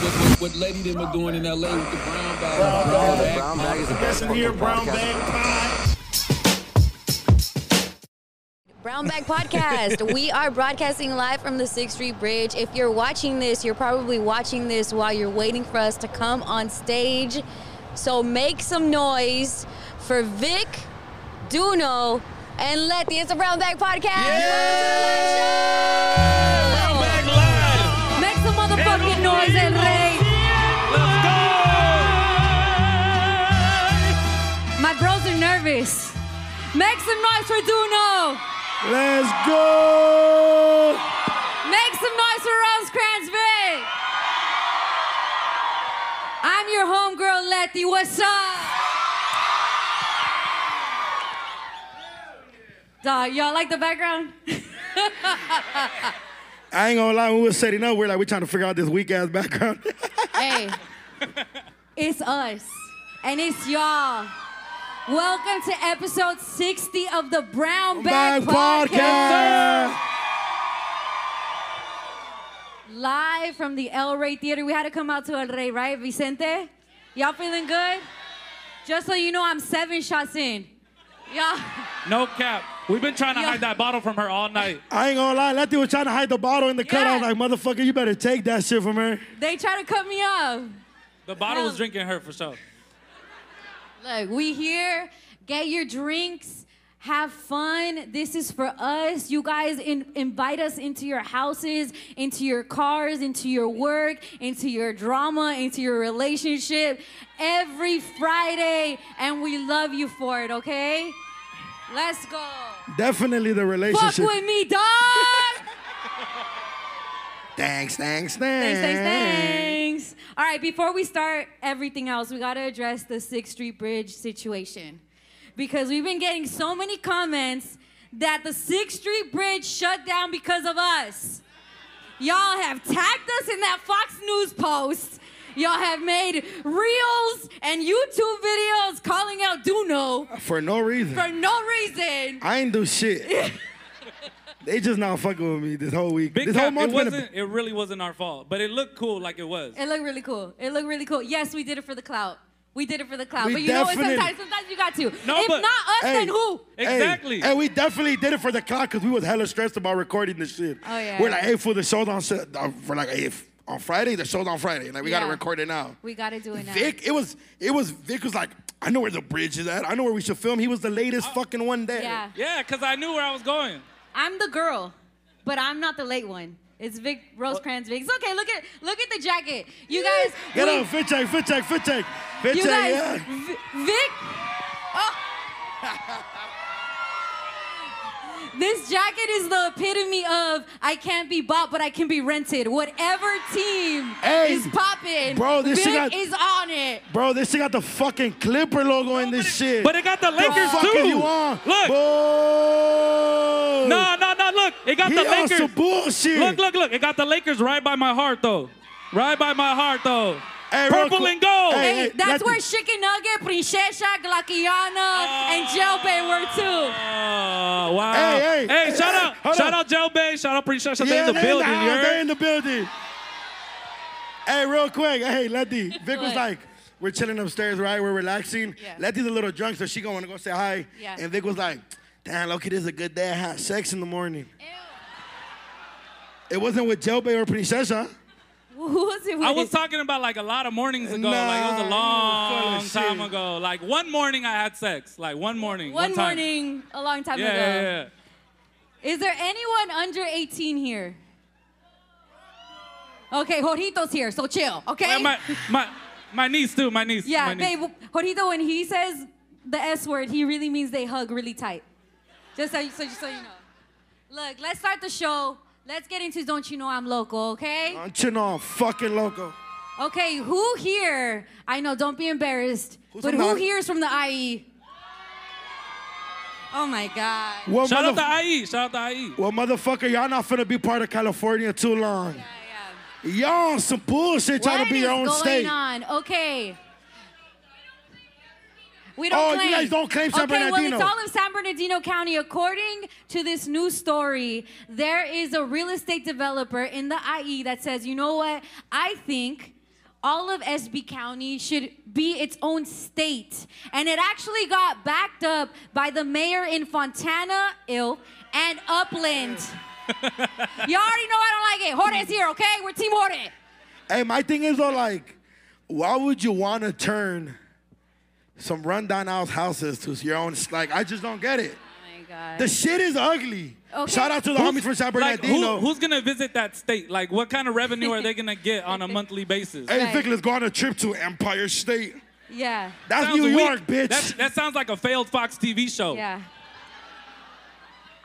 what, what, what Lady them were doing in LA with the brown bag. Brown, bag. Brown bag is the best Listen here, fucking podcast. brown bag pie. Brown Bag Podcast. we are broadcasting live from the Sixth Street Bridge. If you're watching this, you're probably watching this while you're waiting for us to come on stage. So make some noise for Vic, Duno, and Letty. It's a Brown Bag Podcast. Brown bag live. Make some motherfucking noise, El Rey. My bros are nervous. Make some noise for Duno. Let's go. Make some noise for Rosecrans Bay. I'm your homegirl Letty. What's up? Dog, y'all like the background? I ain't gonna lie, when we was setting up, we're like, we're trying to figure out this weak ass background. hey, it's us and it's y'all. Welcome to episode 60 of the Brown Bag, Podcast. Live from the El Rey Theater. We had to come out to El Rey, right, Vicente? Y'all feeling good? Just so you know, I'm seven shots in. Y'all, No cap. We've been trying to Yeah. hide that bottle from her all night. I ain't gonna lie, Letty was trying to hide the bottle in the cut. I was Yeah. like, motherfucker, you better take that shit from her. they try to cut me off. The bottle was Yeah. drinking her for sure. Look, we here. Get your drinks. Have fun. This is for us. You guys in, invite us into your houses, into your cars, into your work, into your drama, into your relationship every Friday. And we love you for it, okay? Let's go. Definitely the Fuck relationship. with me, dog. Thanks, thanks, thanks. Thanks, thanks, thanks. All right, before we start everything else, we got to address the 6th Street Bridge situation. Because we've been getting so many comments that the 6th Street Bridge shut down because of us. Y'all have tagged us in that Fox News post. Y'all have made reels and YouTube videos calling out Duno For no reason. for no reason. I ain't do shit. they just not fucking with me this whole week. Big this cap, whole month it been a- wasn't. It really wasn't our fault, but it looked cool like it was. It looked really cool. It looked really cool. Yes, we did it for the clout. We did it for the clout. We but you know what? definitely- Sometimes, sometimes you got to. No, if but- not us, Hey. then who? Hey, Exactly. And we definitely did it for the clock because we was hella stressed about recording this shit. Oh, yeah. We're like, hey, for the show's on set uh, for like hey, if on Friday, the show's on Friday. Like we gotta Yeah. record it now. We gotta do it now. Vic, it was it was Vic was like, I know where the bridge is at. I know where we should film. He was the Uh, latest fucking one there. Yeah. yeah, cause I knew where I was going. I'm the girl, but I'm not the late one. It's Vic Rosecrans Vic. It's okay. Look at look at the jacket. You guys Get we- up, fit check, fit check, fit check. Fit You check, guys yeah. V- Vic Oh. This jacket is the epitome of I can't be bought, but I can be rented. Whatever team Hey, is popping, bro, this Vic shit got- is on it. Bro, this shit got the fucking Clipper logo in this shit. But it got the the Lakers fuck too. if you on. Look. Boo. No, no, no. Look, it got He the on Lakers. some bullshit. Look, look, look. It got the Lakers right by my heart though. Right by my heart though. Hey, real Purple quick- and gold. Hey, Hey, that's Latin. where Chicken Nugget, Princesa, Glaciana, and Gel Bay were too. Oh, wow. Hey, hey, shout hey, out. hold shout on. out Joe Bay. Shout out Princess. they in the they building. house, you heard? they in the building. Hey, real quick. Hey, Letty. Vic was What? like, we're chilling upstairs, right? We're relaxing. Yeah. Letty's a little drunk, so she gonna wanna go say hi. Yeah. And Vic was like, damn, Loki, this is a good day. I had sex in the morning. It wasn't with Jelbe or Princesa. Who was it? With? I was talking about like a lot of mornings ago. like it was Nah, a you were long full of time shit. ago. Like one morning I had sex. Like one morning. one, One, time. morning a long time Yeah, ago. yeah, yeah. Is there anyone under 18 here? Okay, Jorito's here, so chill, okay? My, my my my niece too. My niece. yeah, my niece. babe, Jorito, when he says the S word, he really means they hug really tight. Just so, you- so, so you know. Look, let's start the show. Let's get into Don't You Know I'm Local, okay? I'm chilling on fucking loco. Okay, who here? I know, don't be embarrassed. Who's but from who the- here is from the IE? Oh my God. Well, Shout motherf- out to IE. Shout out to IE. well, motherfucker, y'all not finna be part of California too long. Yeah, yeah. Y'all on some bullshit trying What to be your is own going state. on? Okay. We don't Oh, you claim. guys don't claim San okay, Bernardino. well, it's all of San Bernardino County. According to this new story, E there is a real estate developer in the IE that says, you know what? I think all of SB County should be its own state. And it actually got backed up by the mayor in Fontana, ill, and Upland. Y'all already know I don't like it. Jorge's here, okay? We're Team Jorge. Hey, my thing is though, like, why would you want to turn some rundown house houses to your own? Like, I just don't get it. Oh my God. The shit is ugly. Okay. Shout out to the homies from San Like, who- Bernardino. who's gonna visit that state? Like, what kind of revenue are they gonna get on a monthly basis? hey, Right. Vic, let's go on a trip to Empire State. Yeah. That's Sounds New weak. York, bitch. That, that sounds like a failed Fox TV show. Yeah.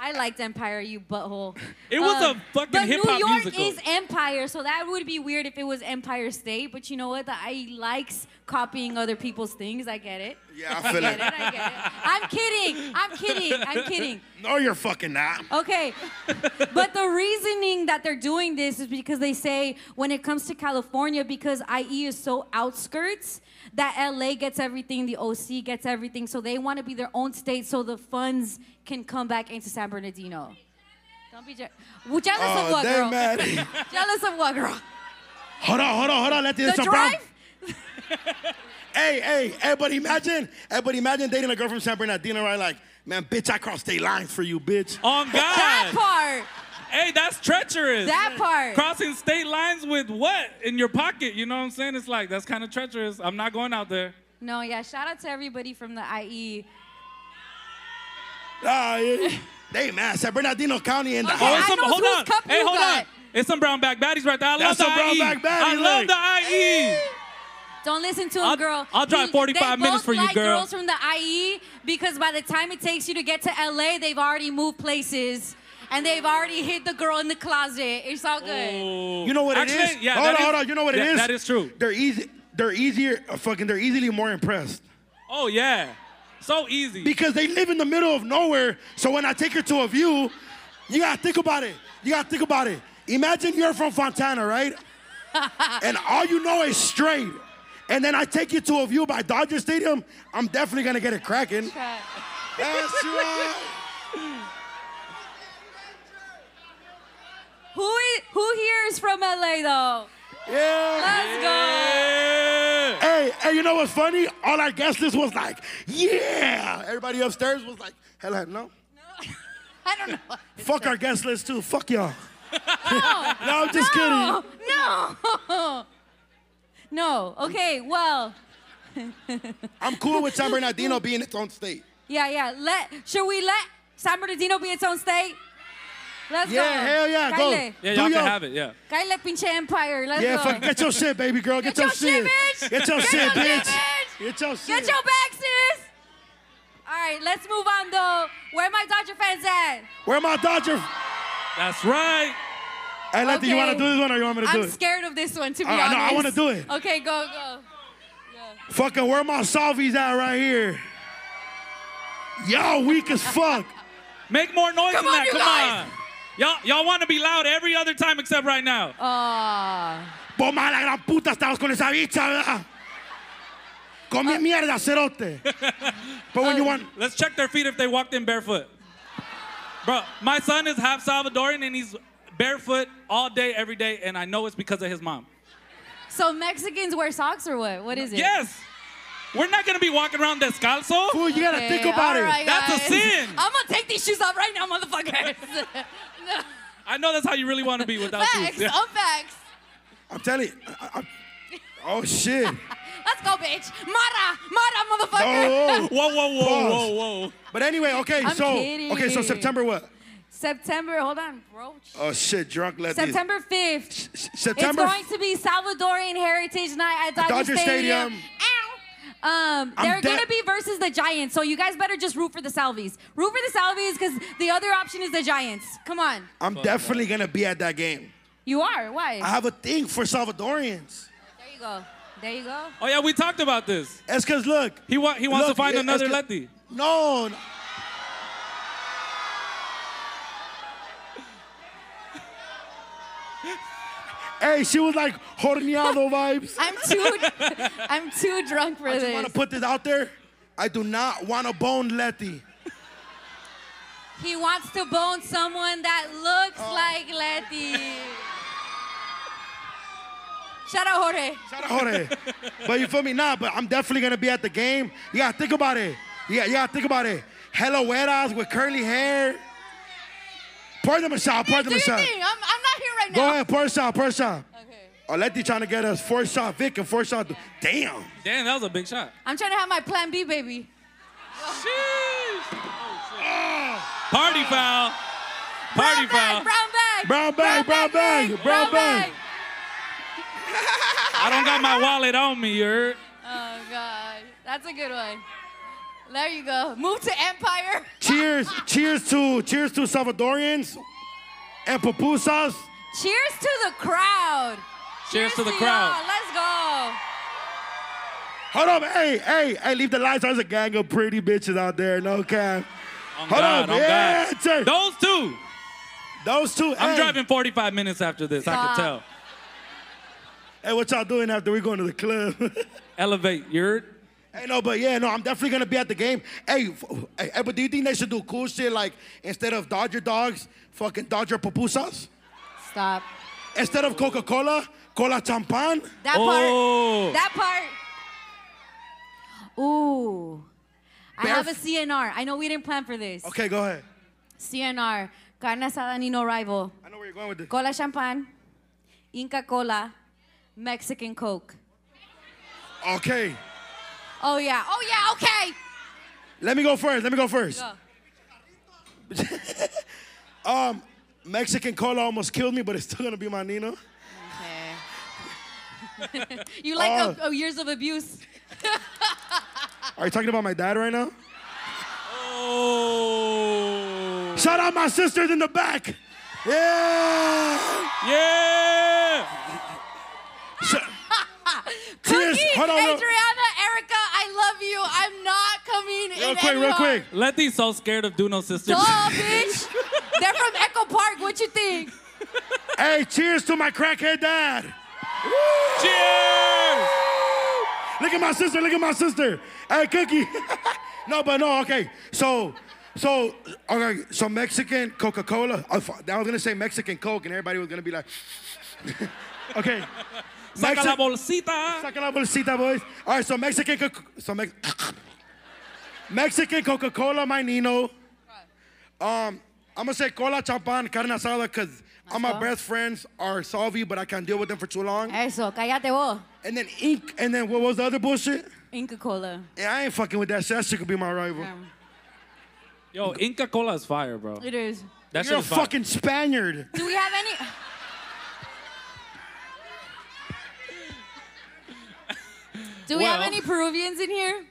I liked Empire, you butthole. It was Um, a fucking but hip hop New York musical. is Empire, so that would be weird if it was Empire State. But you know what? The I likes copying other people's things. I get it. yeah, I feel Get it? it. I get it. I'm kidding. I'm kidding. I'm kidding. No, you're fucking not. Okay. but the reasoning that they're doing this is because they say when it comes to California, because IE is so outskirts, that LA gets everything, the OC gets everything. So they want to be their own state so the funds can come back into San Bernardino. Don't be je- well, jealous of Oh, what, damn, girl? man. Jealous of what, girl? Hold on, hold on, hold on. Let this the some drive? brown- Hey, hey, hey, but imagine, hey, but imagine dating a girl from San Bernardino, right? Like, man, bitch, I crossed state lines for you, bitch. On That God. part. hey, that's treacherous. That part. Crossing state lines with what in your pocket? You know what I'm saying? It's like that's kind of treacherous. I'm not going out there. no, yeah. Shout out to everybody from the E. IE. Ah, yeah. They mad. San Bernardino County in the Okay, Oh, house. it's I some, knows hold whose on. cup Hey, you hold got. on. It's some brown bag baddies right there. I love That's some the IE. brown I bag E. baddies, love like- the IE. Don't listen to him, I'll- girl. I'll drive He- 45 they minutes both for you, like girl. girls from the IE because by the time it takes you to get to LA, they've already moved places and they've already hid the girl in the closet. It's all good. You know what it Actually, is? Yeah, hold that on, is- hold on. You know what it yeah, is? That is true. They're easy. They're easier. uh, Fucking, they're easily more impressed Oh yeah, so easy. because they live in the middle of nowhere. So when I take her to a view, you gotta think about it. You gotta think about it. Imagine you're from Fontana, right? and all you know is straight. And then I take you to a view by Dodger Stadium. I'm definitely gonna get it cracking. Oh. That's right. Who is, who here is from LA though? Yeah. Let's go. Yeah. Hey, hey, you know what's funny? All our guest list was like, yeah. Everybody upstairs was like, hell no. I don't know. Fuck our guest list too. Fuck y'all. No. No, I'm just No. No. No. Okay. Well. kidding. I'm cool with San Bernardino being its own state. Yeah. Yeah. Let. Should we let San Bernardino be its own state? Let's Yeah, go. hell yeah, go. Caile. Yeah, Do y'all your- can have it. Yeah. Caile pinche empire. Let's Yeah, go. fuck, get your shit, baby girl. Get, Get your shit, bitch. Get your Get shit, your shit, bitch. bitch. Get your shit. Get your back, sis. All right, let's move on though. Where my Dodger fans at? Where my Dodger? That's right. Hey, Letty, you Okay. want to do this one or you want me to do I'm it? scared of this one, to be All right, honest. no, I wanna do it. Okay, go, go. Fucking where my Salvies at right here? Y'all weak as fuck. Make more noise Come than on, that. you Come guys. on. Y'all, y'all want to be loud every other time except right now. Aw. Vos más la gran puta estabas con esa bicha, ¿verdad? Ah. Come mierda, cerote. But when you want, Let's check their feet if they walked in barefoot. Bro, my son is half Salvadoran and he's barefoot all day, every day, and I know it's because of his mom. So Mexicans wear socks or what? What is it? Yes. We're not gonna be walking around descalzo. fool, you gotta Okay, think about all it. right, That's a guys. sin. I'm gonna take these shoes off right now, motherfuckers. No. I know that's how you really want to be without facts, shoes. Yeah. I'm facts. I'm telling you. I, I, oh shit. Let's go, bitch. Mara, Mara, motherfucker. Oh. Whoa, whoa, whoa, Pause. whoa, whoa. But anyway, okay, I'm so kidding. okay, so September what? September, hold on, bro. Oh shit, drunk let these- September 5th. S- September. It's going to be Salvadorian Heritage Night at Dodger, Dodger Stadium. Ow. Um, I'm they're dead. gonna be versus the Giants, so you guys better just root for the Salvies. Root for the Salvies because the other option is the Giants. Come on, I'm definitely gonna be at that game. you are. Why? I have a thing for Salvadorians. there you go. There you go. Oh yeah, we talked about this. It's cause look, He wa- he wants look, to find yeah, another it's 'cause- Letty. No, no. Hey, she was like horneado vibes. I'm too. I'm too drunk for I just want this. to put this out there. I do not want to bone Letty. he wants to bone Oh. someone that looks like Letty. Shout out Jorge. Shout out Jorge. but you feel me? Nah, but I'm definitely gonna be at the game. You gotta think about it. You gotta, you gotta think about it. Hello, Weras with curly hair. Pour them a shot, pour Do them your a shot. thing. I'm, I'm not here right now. Go ahead, pour a shot, pour a shot. Okay. Oleti trying to get us four shot Vic and four shot. Damn. Damn, that was a big shot. I'm trying to have my plan B, baby. Oh. Ah. Party foul. Party Brown bag, brown foul. bag. Brown bag, brown bag, bag, brown bag. I don't got my wallet on me, you heard? Oh, God. That's a good one. There you go. Move to Empire. Cheers, cheers to cheers to Salvadorians and pupusas. Cheers to the crowd. Cheers to the crowd. y'all. Let's go. Hold up, hey, hey, hey, leave the lights on. There's a gang of pretty bitches out there, no cap. On Hold God, up, on yeah, God. sir. Those two. Those two, I'm hey. driving 45 minutes after this, I Stop. can tell. Hey, what y'all doing after we going to the club? Elevate, you heard? hey, no, but yeah, no, I'm definitely gonna be at the game. Hey, f- hey, hey, but do you think they should do cool shit like instead of Dodger dogs, fucking Dodger pupusas? Stop. Instead of Coca-Cola, cola champan? That Oh. part. That part. Ooh. I have a Baref- CNR. I know we didn't plan for this. Okay, go ahead. CNR. Carne asada ni no rival. I know where you're going with this. Cola champagne. Inca cola. Mexican Coke. Okay, Oh, yeah. Oh, yeah. Okay. let me go first. Let me go first. Go. Um, Mexican cola almost killed me, but it's still gonna be my Nino. Okay. you like Oh. oh, years of abuse. Are you talking about my dad right now? Oh. Shout out my sisters in the back. Yeah. Yeah. Sh- Cookie, Cheers. Hold on. Adriana, real- Erica, I love you. I'm not coming in. Real quick, real anymore. quick. Letty's so scared of Duno sisters. Duh, bitch. They're from Echo Park. What you think? Hey, cheers to my crackhead dad. Cheers. Look at my sister. Look at my sister. Hey, Cookie. no, but no. Okay. So, so okay. So Mexican Coca Cola. I fu- I was gonna say Mexican Coke, and everybody was gonna be like, okay. Saca la Mexi- bolsita. Saca la bolsita, boys. All right. So Mexican. Coca- So Mex- Mexican Coca Cola, my Nino. Um, I'm gonna say cola chapan carne asada because all my go. best friends are salvi, but I can't deal with them for too long. Eso, cállate vos. And then ink. And then what was the other bullshit? Inca Cola. Yeah, I ain't fucking with that shit. That shit could be my rival. Um, Yo, Inca Cola is fire, bro. It is. That shit You're a is fire. fucking Spaniard. Do we have any? Do we have Well- any Peruvians in here?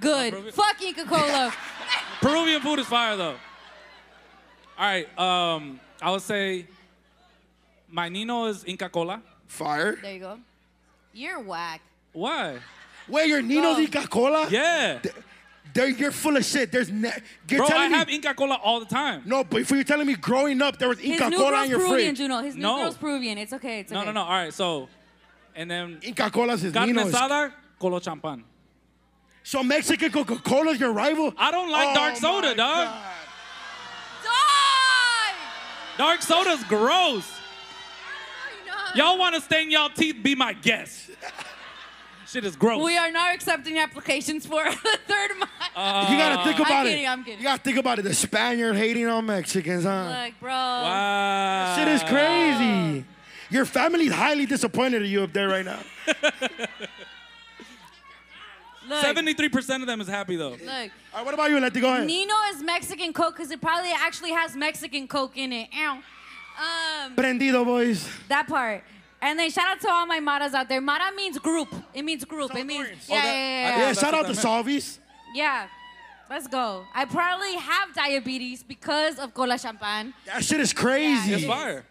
Good. Peruvian- Fuck Inca Cola. Peruvian food is fire, though. All right. Um, I would say my Nino is Inca Cola. Fire. there you go. You're whack. Why? Wait, your Nino's Bro. Inca Cola? Yeah. They're, you're full of shit. There's ne- you're Bro, I telling me. have Inca Cola all the time. no, but if you're telling me growing up there was His Inca new Cola girl's in your Peruvian, fridge. Juno. His new No. girl's Peruvian. It's okay. It's No, okay. no, no. All right. So, and then Inca Cola's his carne Nino's. asada, Colo champan. So Mexican Coca Cola's your rival? I don't like Oh dark my soda, dog. God. Die! Dark soda's gross. Why not? Y'all want to stain y'all teeth? Be my guest. Shit is gross. We are not accepting applications for the third month. Uh, you gotta think I'm about it. kidding, I'm kidding. You gotta think about it. The Spaniard hating on Mexicans, huh? Look, bro. Wow. Shit is crazy. Your family's highly disappointed in you up there right now. Look, 73% of them is happy, though. look. All right, what about you, Letty? Go ahead. Nino is Mexican Coke because it probably actually has Mexican Coke in it. Ow. Um, Prendido, boys. that part. And then shout out to all my maras out there. Mara means group. It means group. It means Salvadorians. yeah, Oh, that- yeah, yeah, I Yeah, yeah. that's shout what out to that Salvis. Yeah. Let's go. I probably have diabetes because of cola champagne. That shit is crazy. Yeah, It's fire.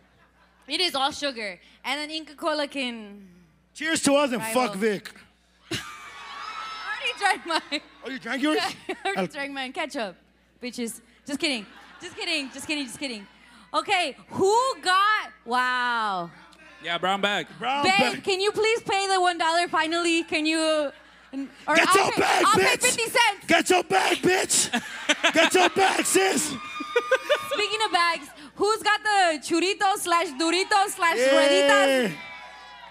It is all sugar. And then Inca Cola can Cheers to us and Rival. fuck Vic. I already drank mine. Oh, you drank yours? I already drank mine. Ketchup, bitches. Just kidding. Just kidding. Just kidding. Just kidding. Okay, who got? Wow. Yeah, brown bag. Brown Babe, bag. can you please pay the one dollar finally? Can you? n- Or Get I'll your pay, bag, I'll pay bitch. fifty cents. Get your bag, bitch. Get your bag, sis. Speaking of bags, who's got the churrito slash durito slash rueditas?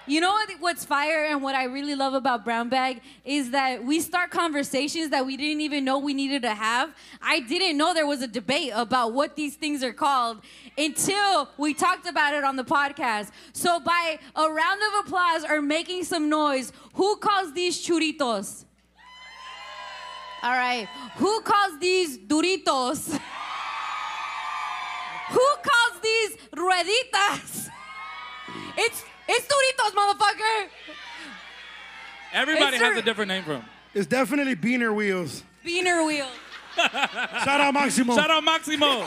You know what, what's fire and what I really love about Brown Bag is that we start conversations that we didn't even know we needed to have. I didn't know there was a debate about what these things are called until we talked about it on the podcast. So, by a round of applause or making some noise, who calls these churitos? All right. Who calls these duritos? Who calls these rueditas? It's it's Doritos, motherfucker. Everybody It's has a- a different name for him. It's definitely beaner wheels. Beaner wheel. Shout out Maximo. Shout out Maximo.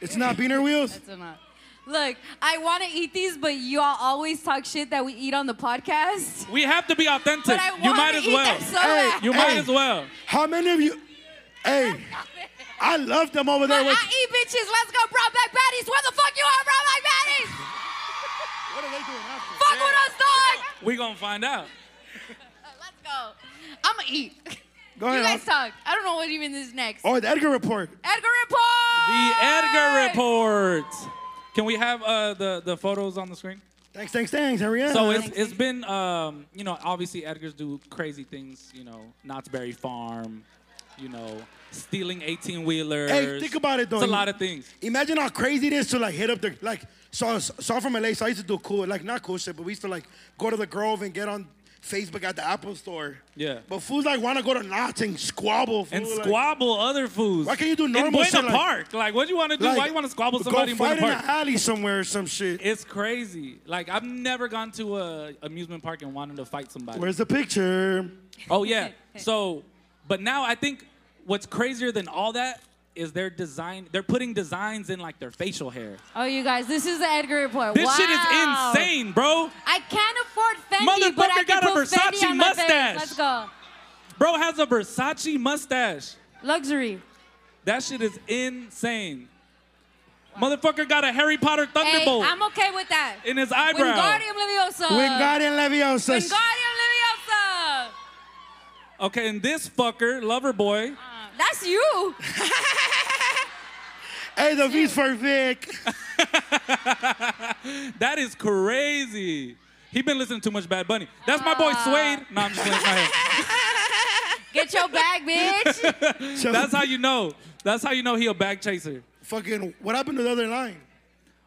It's not beaner wheels. It's not. Look, I want to eat these, but y'all always talk shit that we eat on the podcast. We have to be authentic. But I want You might to as eat well. them so Hey, bad. You might Hey. as well. How many of you? Hey, I love them over But I there. With, eat bitches. Let's go, brown bag baddies. Where the fuck you are, brown bag baddies? what are they doing after? Fuck with us, dog. We gonna find out. Let's go. I'ma eat. Go ahead. you guys I'll- talk. I don't know what even is next. oh, the Edgar report. Edgar The Edgar report. report. Can we have uh, the the photos on the screen? Thanks, thanks, thanks, Ariana. So it's, it's been, um, you know, obviously Edgar's do crazy things, you know, Knott's Berry Farm, you know, stealing 18 wheelers. Hey, think about it, though. It's a lot of things. Imagine how crazy it is to like hit up the like. So, so I'm from LA, so I used to do cool, like not cool shit, but we used to like go to the Grove and get on Facebook at the Apple Store. Yeah. But fools like want to go to Knott's and squabble. Fool, And like- squabble other foods. Why can't you do normal in Buena shit like- Park? Like, what do you want to do? like, Why you want to squabble go somebody in fight Buena in Park? an alley somewhere or some shit. It's crazy. Like, I've never gone to a amusement park and wanted to fight somebody. Where's the picture? Oh yeah. So, but now I think what's crazier than all that is their design. They're putting designs in like their facial hair. Oh, you guys, this is the Edgar report. This wow. shit is insane, bro. I can't afford Fendi, but I Motherfucker can got a put Fendi Versace on my mustache. face. Let's go. Bro has a Versace mustache. Luxury. That shit is insane. Motherfucker got a Harry Potter Hey, thunderbolt I'm okay with that. in his eyebrow. Wingardium Leviosa. Wingardium Leviosa. Wingardium Leviosa. Okay, and this fucker, lover boy. Uh, That's you. Hey, the V's for Vic. That is crazy. He been listening to too much Bad Bunny. That's my boy Ah. Suede. No, I'm just playing. It's Get not him. your bag, bitch. That's how you know. That's how you know he a bag chaser. Fucking, what happened to the other line?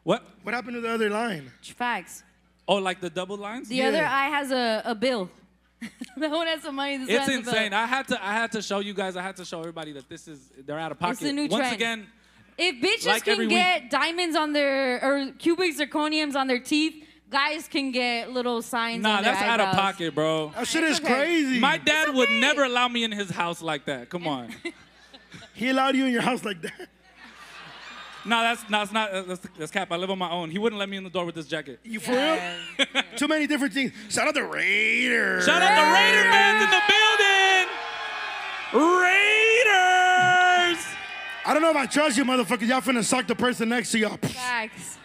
What? What happened to the other line? Facts. Oh, like the double lines? The Yeah. other eye has a, a bill. that one has some money. This one It's has a bill. insane. I had to I had to show you guys, I had to show everybody that this is they're out of pocket. the new Once trend. again, If bitches Like every can get week. diamonds on their or cubic zirconiums on their teeth, guys can get little signs. nah, on their that's out of eyebrows. pocket, bro. That shit It's is okay. crazy. My dad would okay. never allow me in his house like that. Come on. he allowed you in your house like that. no, that's no, it's not that's, that's cap. I live on my own. He wouldn't let me in the door with this jacket. You for real? Too many different things. Shout out the Raiders. Shout out the Raider fans in the building. Raiders. I don't know if I trust you, motherfuckers. Y'all finna suck the person next to y'all. Facts.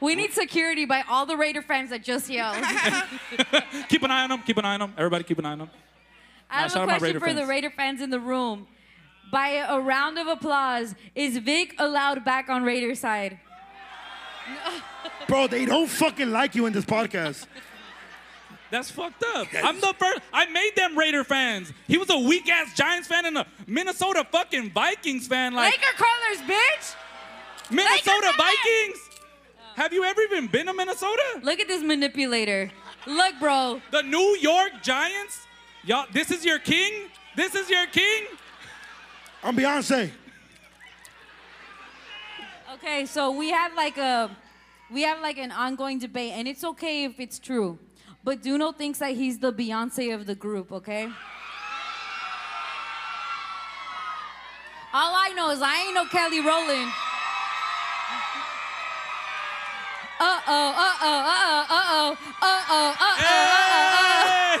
We need security by all the Raider fans that just yelled. I Keep an eye on them. Keep an eye on them. Everybody keep an eye on them. have shout a out my question Raider for the fans. Raider fans in the room. By a round of applause, is Vic allowed back on Raider side? Bro, they don't fucking like you in this podcast. That's fucked up. I'm the first. I made them Raider fans. He was a weak ass Giants fan and a Minnesota fucking Vikings fan. Like Laker colors, bitch! Minnesota Laker fans! Vikings. Have you ever even been to Minnesota? Look at this manipulator. Look, bro. The New York Giants. Y'all, this is your king. This is your king. I'm Beyonce. Okay, so we have like a we have like an ongoing debate, and it's okay if it's true. But Duno thinks that he's the Beyonce of the group, okay? All I know is I ain't no Kelly Rowland. Uh oh, uh oh, uh oh, uh oh, uh oh, uh oh, uh oh.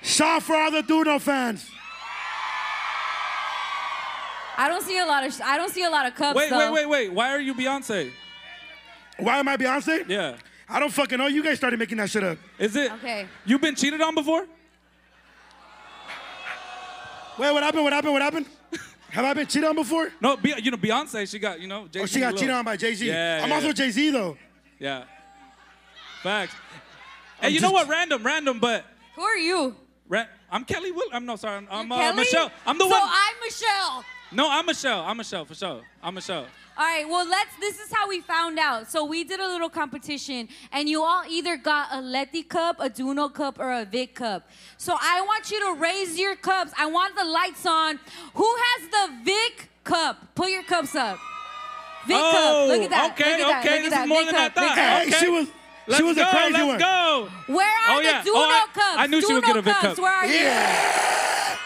Hey! Shout for all the Duno fans. I don't see a lot of sh- I don't see a lot of cups Wait, though. wait, wait, wait. Why are you Beyonce? Why am I Beyonce? Yeah. I don't fucking know. You guys started making that shit up. Is it? Okay. You've been cheated on before? Wait, what happened? What happened? What happened? Have I been cheated on before? No, Be- you know Beyonce. She got you know. Jay-Z Oh, she Oh, got cheated on by Jay Z. Yeah, I'm yeah, also yeah. Jay Z though. Yeah. Facts. Hey, you know what? Random, random, but Who are you? ra- I'm Kelly Will. I'm no, sorry. I'm, I'm You're uh, Kelly? Michelle. I'm the so one. So I'm Michelle. no, I'm Michelle. I'm Michelle for sure. I'm Michelle. All right, well, let's. This is how we found out. So we did a little competition, and you all either got a Leti cup, a Duno cup, or a Vic cup. So I want you to raise your cups. I want the lights on. Who has the Vic cup? Put your cups up. Vic Oh, cup. Look at that. okay, Look at that. Look at okay, this that. is more Vic than I cup, thought. Vic cup. Hey, she was, Let's she was go, a crazy let's one. go. Where are Oh, yeah. the Duno Oh, I- cups? I knew she would Duno get a Vic cups. cup. Where are you? Yeah.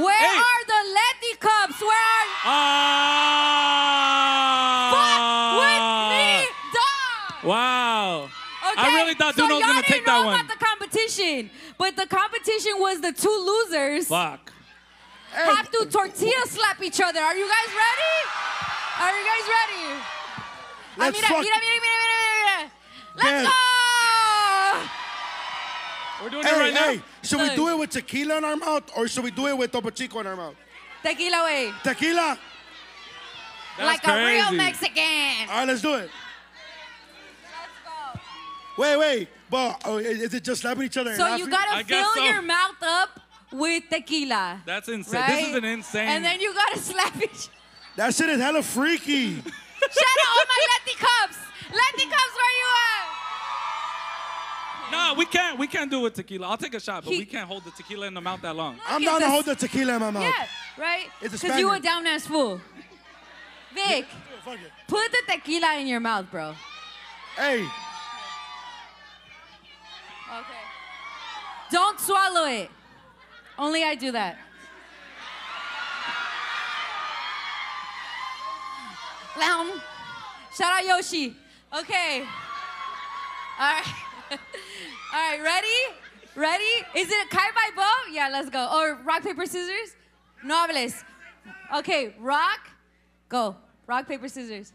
Where Hey. are the Leti cups? Where are Fuck with me, Ah. dog? Wow. Okay? I really thought so Duno was y'all gonna didn't take know that one. about the competition, but the competition was the two losers Fuck. have to tortilla slap each other. Are you guys ready? Are you guys ready? Ah, Let's mira, fuck- mira, mira, mira, mira, mira. Let's Yeah. go! We're doing it Hey, right hey, now. should we Look. do it with tequila in our mouth or should we do it with Topo Chico in our mouth? Tequila way, Tequila. That's like a real crazy. Mexican. All right, let's do it. Let's go. Wait, wait. But oh, is, is it just slapping each other? and So you laughing? I gotta guess fill so. your mouth up with tequila. That's insane. This is right? an insane. And then you gotta slap each. That shit is hella freaky. Shout out all my Leti cups. Leti cups, where you at? no, we can't. We can't do it with tequila. I'll take a shot, but He- we can't hold the tequila in the mouth that long. I'm Look, down it's to a hold the tequila in my mouth. Yeah, right? It's a Because you a Spaniard. down ass fool. Vic, Fuck it. put the tequila in your mouth, bro. Hey, Okay. Don't swallow it. Only I do that. Um, shout out Yoshi. Okay. All right. All right, ready? Ready? Is it a kai by bow? Yeah, let's go. Or rock, paper, scissors? No hables. Okay, rock, go. Rock, paper, scissors.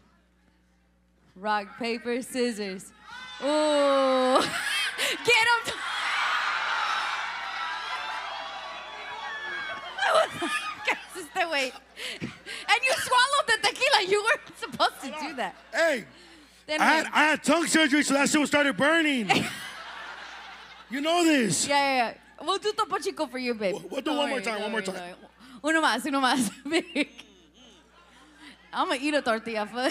Rock, paper, scissors. Ooh. Get him. Consistent weight. And you swallowed the tequila. You weren't supposed to do that. hey. Then I had, we- I had tongue surgery, so that shit started burning. you know this. Yeah, yeah, yeah. We'll do Topo Chico for you, babe. We'll- we'll do one more time, one more time. Uno más, uno más. I'm gonna eat a tortilla. For,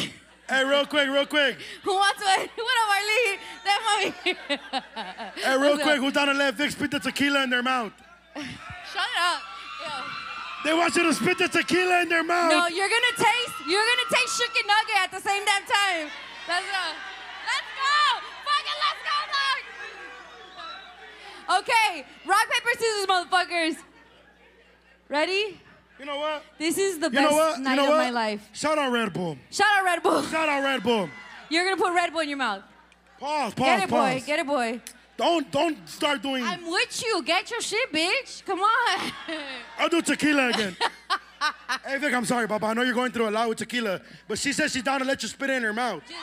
Hey, real quick, real quick. who wants one? What up, Marlene? That mommy. Hey, real What's quick. up? Who's down to let Vic spit the tequila in their mouth? Shut up. Yo. They want you to spit the tequila in their mouth. No, you're gonna taste. You're gonna taste chicken nugget at the same damn time. Let's go. Let's go. Fucking let's go, dog. Okay, rock paper scissors, motherfuckers. Ready? You know what? This is the You best know what? night you know of what? my life. Shout out Red Bull. Shout out Red Bull. Shout out Red Bull. You're gonna put Red Bull in your mouth. Pause, pause, Get it, pause. boy. Get it, boy. Don't don't start doing. i I'm with you. Get your shit, bitch. Come on. will do tequila again. hey Vic, I'm sorry, Papa. I know you're going through a lot with tequila, but she says she's down to let you spit it in her mouth. Just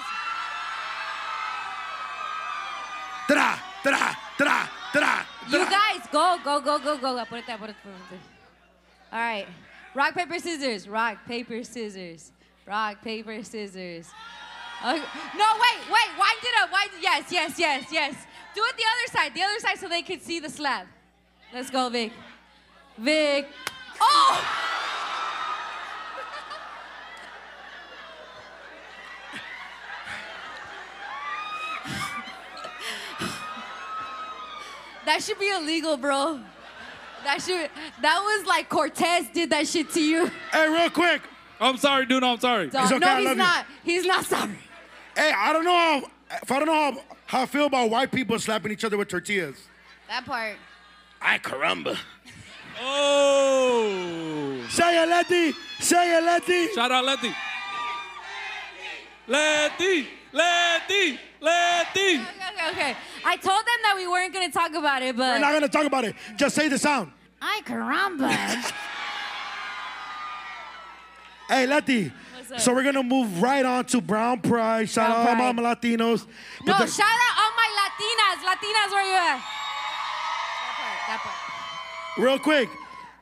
Ta-da, ta-da, ta-da, ta-da, You ta-da. guys, go, go, go, go, go. Put it there, put it there, put it there. All right. Rock, paper, scissors. Rock, paper, scissors. Rock, paper, scissors. Okay. No, wait, wait. Wind it up. Wind Yes, yes, yes, yes. Do it the other side. The other side so they can see the slab. Let's go, Vic. Vic. Oh! That should be illegal, bro. That should. That was like Cortez did that shit to you. Hey, real quick. I'm sorry, dude. I'm sorry. Dog. okay, no, I love you. he's not. He's not sorry. Hey, I don't know how, if I don't know how, how I feel about white people slapping each other with tortillas. That part. Ay, caramba. Oh. Say it, Leti. Say it, Leti. Shout out Letty. Letty. Letty. Letty. Okay, okay, okay. I told them that we weren't gonna talk about it, We're but not going to talk about it. Just say the sound. ay caramba. Hey, Leti. What's up? So we're going to move right on to Brown Pride. Shout Brown out all my Pride. Latinos. But no, the- shout out all my Latinas. Latinas, where you at? That part. That part. real quick.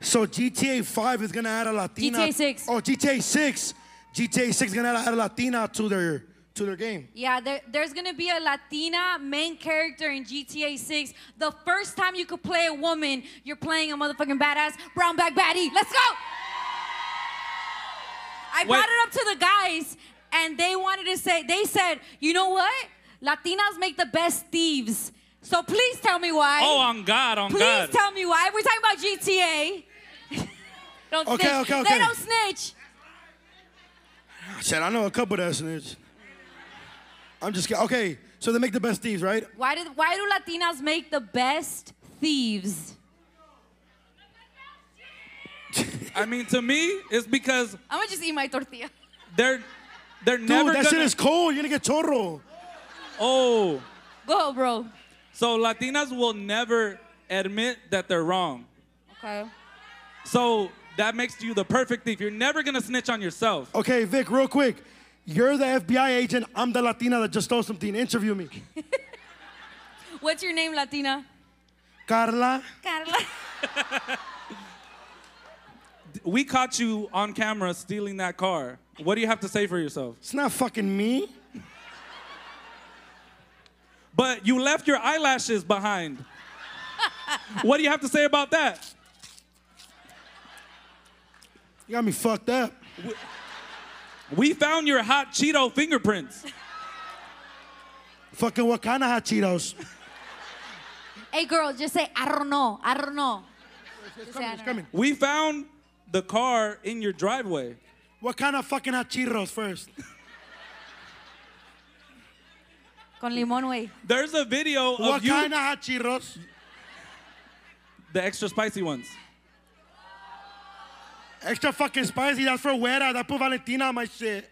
So GTA 5 is going to add a Latina. GTA 6. Oh, GTA 6. GTA 6 is going to add a Latina to their to their game. Yeah, there, there's gonna be a Latina main character in GTA 6. The first time you could play a woman, you're playing a motherfucking badass brown bag baddie. Let's go! I brought Wait. it up to the guys, and they wanted to say, they said, you know what? Latinas make the best thieves. So please tell me why. Oh, on God, on please God. tell me why. We're talking about GTA. don't Okay, snitch. okay, They okay. don't snitch. I said, Ah, I know a couple that snitch. I'm just kidding. Okay, so they make the best thieves, right? Why do why do Latinas make the best thieves? I mean, to me, it's because I'm gonna just eat my tortilla. they're they're Dude, never that gonna. shit is cold. You're gonna get chorro. oh, Go, bro. so Latinas will never admit that they're wrong. Okay. So that makes you the perfect thief. You're never gonna snitch on yourself. Okay, Vic, real quick. You're the FBI agent. I'm the Latina that just stole something. Interview me. What's your name, Latina? Carla. Carla. We caught you on camera stealing that car. What do you have to say for yourself? It's not fucking me. But you left your eyelashes behind. what do you have to say about that? You got me fucked up. We found your hot Cheeto fingerprints. Fucking what kind of hot Cheetos? Hey, girl, just say I don't know. I don't know. Just say, "I It's don't coming. We found the car in your driveway. What kind of fucking hot Cheetos first? know." Con limón, way. There's a video what of you, kind of hot Cheetos? the extra spicy ones. Extra fucking spicy. That's for Huera. That put Valentina on my shit.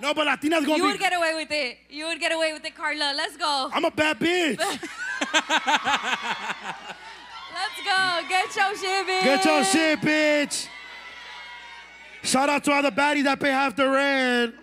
no, but Latina's gonna You be. would get away with it. You would get away with it, Carla. Let's go. I'm a bad bitch. Let's go. Get your shit, bitch. Get your shit, bitch. Shout out to all the baddies that pay half the rent.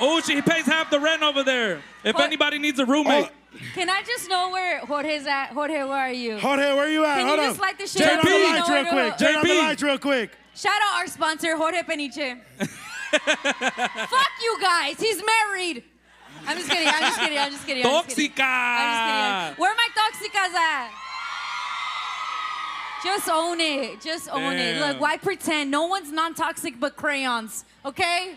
Oh, she pays half the rent over there. If What? anybody needs a roommate, Oh. Can I just know where Jorge's at? Jorge, where are you? Jorge, where you at? Can you Hold just up. light this shit up Turn on so the we lights know where real to quick. look? Turn on the JP. lights real quick. Shout out our sponsor, Jorge Peniche. Fuck you guys. He's married. I'm just kidding. I'm just kidding. I'm just kidding. I'm just kidding. Toxica. I'm just kidding. Where are my toxicas at? Just own it. Just own it. Damn. Look, why pretend? No one's non-toxic but crayons. Okay?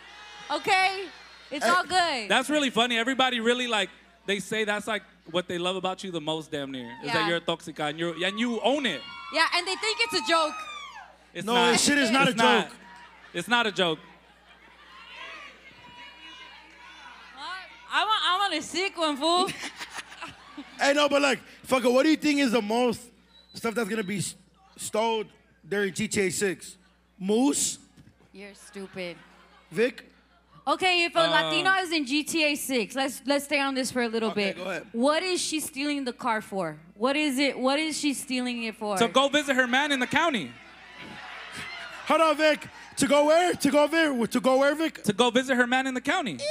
Okay? It's all good. that's really funny. Everybody really like they say that's like what they love about you the most, damn near, is Yeah. that you're a toxica and you and you own it. yeah, and they think it's a joke. It's No, not, this shit is not it's a joke. It's not a joke. I'm on, I'm on a sick one, fool. Hey, no, but look, fucker, what do you think is the most stuff that's gonna be s- stowed during GTA 6? Moose, You're stupid. Vic, Okay, if a Um, Latina is in GTA 6, let's let's stay on this for a little Okay, bit. go ahead. What is she stealing the car for? What is it? What is she stealing it for? So go visit her man in the county. hold on, Vic. To go where? To go where? To go where, Vic? To go visit her man in the county. Eh.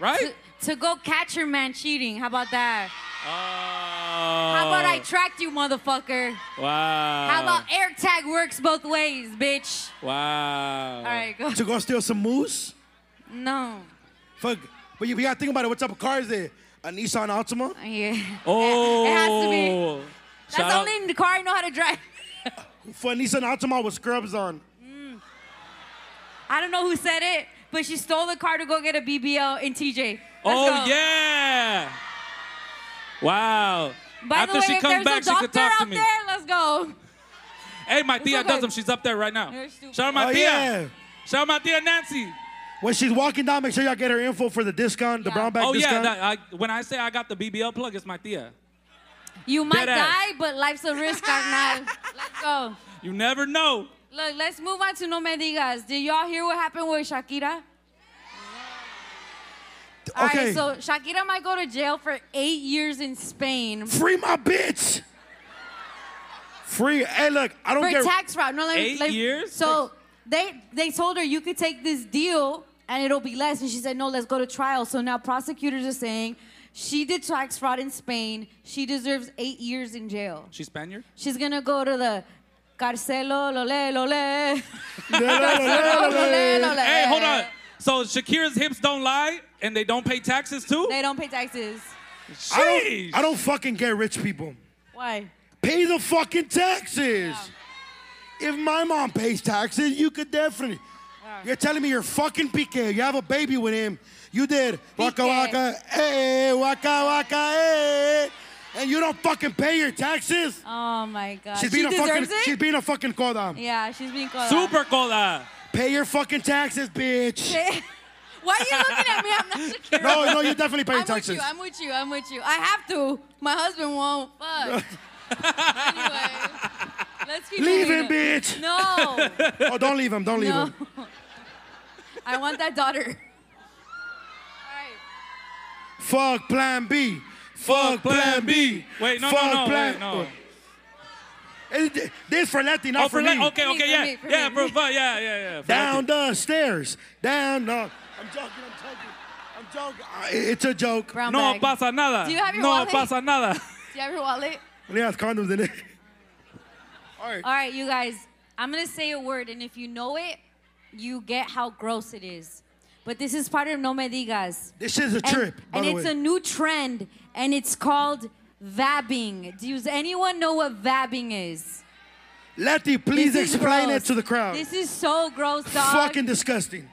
Right? to, to go catch her man cheating. How about that? Oh. How Oh. How about I tracked you, motherfucker? Wow. How about air tag works both ways, bitch? Wow. All right, go. To go steal some moose? No. Fuck. But you, you gotta think about it. What type of car is it? A Nissan Altima? Yeah. Oh. It has to be. That's Shout the out- only car I know how to drive. For a Nissan Altima with scrubs on. I don't know who said it, but she stole the car to go get a BBL in TJ. Let's Oh go. yeah. Wow. By After the way, she if there's comes back, a she doctor could talk out to me. there, let's go. Hey, my tia okay. does him. She's up there right now. You're stupid. Shout out my Oh, tia. yeah. Shout out my tia Nancy. When she's walking down, make sure y'all get her info for the discount, the Yeah. brown bag oh yeah. discount. That, I, when I say I got the BBL plug, it's my tia. You might Dead ass. die, but life's a risk, carnal. Let's go. You never know. Look, let's move on to No Me Digas. Did y'all hear what happened with Shakira? All right, okay. so Shakira might go to jail for eight years in Spain Free my bitch. Free. Hey, look, I don't for care. tax fraud. No, let me- Eight let me- years? So they they told her you could take this deal and it'll be less, and she said no. Let's go to trial. So now prosecutors are saying she did tax fraud in Spain. She deserves eight years in jail. She's Spaniard. She's gonna go to the Carcelo, lole, lole. Lele, lele. Hey, hold on. So Shakira's hips don't lie and they don't pay taxes too? They don't pay taxes. I don't, Sheesh. I don't fucking get rich people. Why? Pay the fucking taxes. If my mom pays taxes, you could definitely. You're telling me you're fucking PK. You have a baby with him. You did. Waka PK. waka, eh, waka waka, eh. And you don't fucking pay your taxes? Oh my God. she's she being a deserves fucking it. she's being a fucking coda. yeah, she's being called. Super cola. Pay your fucking taxes, bitch. Why are you looking at me? I'm not Shakira. No, no, you definitely pay your I'm with taxes. you. I'm with you. I'm with you. I have to. My husband won't. Fuck. anyway, let's keep Leave moving him, bitch. No, Oh, don't leave him. Don't leave no. him. I want that daughter. All right. Fuck Plan B. Fuck Plan B. Wait, no, Fuck no, no, Plan. Oh, wait, no. It- This for Letty, not Oh, for for like, me. okay, For me, okay, for yeah, me, for yeah, me. for, for, yeah, yeah, yeah. for Down Letty. the stairs. Down. No, I'm joking. I'm joking. I'm joking. Uh, it- It's a joke. Brown No bag. pasa nada. Do you have your no wallet? pasa nada. Do you have your wallet? When has condoms in it. All right, you guys. I'm gonna say a word, and if you know it, you get how gross it is. But this is part of No Me Digas. This is a And- trip. by And, the it's way. a new trend, and it's called vabbing. Does anyone know what vabbing is? Letty, please This is explain gross. it to the crowd. This is so gross, dog. Fucking disgusting.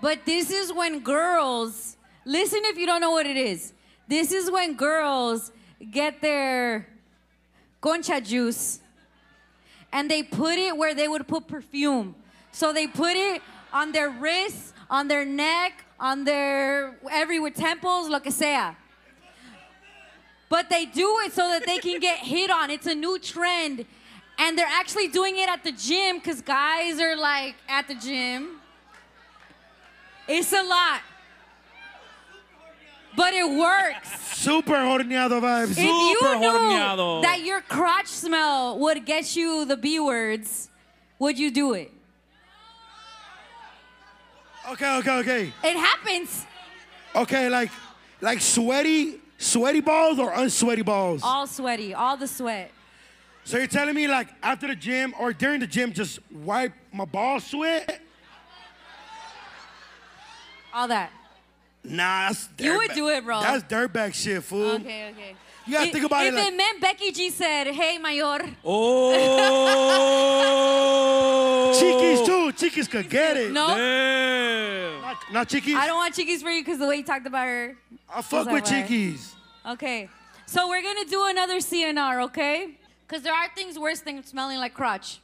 But this is when girls listen if you don't know what it is. This is when girls get their concha juice and they put it where they would put perfume. So they put it on their wrists, on their neck, on their everywhere temples, lo que sea. But they do it so that they can get hit on. It's a new trend. And they're actually doing it at the gym because guys are like at the gym. It's a lot. But it works. Super horneado vibes. if you Super knew horneado. that your crotch smell would get you the B words, would you do it? Okay, okay, okay. It happens. Okay, like, like sweaty, sweaty balls or unsweaty balls. All sweaty, all the sweat. So you're telling me like after the gym or during the gym, just wipe my ball sweat? All that. Nah, that's You would dirtbag- do it, bro. That's dirtbag shit, fool. Okay, okay. You gotta Um, If- think about it If like- it meant Becky G said, hey, Mayor. Oh. Cheekies too. Cheekies could get it. No, Damn. Not- not cheekies. I I, don't want chickies for you because the way you talked about her. fuck that with way? cheekies. Okay. So we're gonna do another CNR, okay? Because there are things worse than smelling like crotch.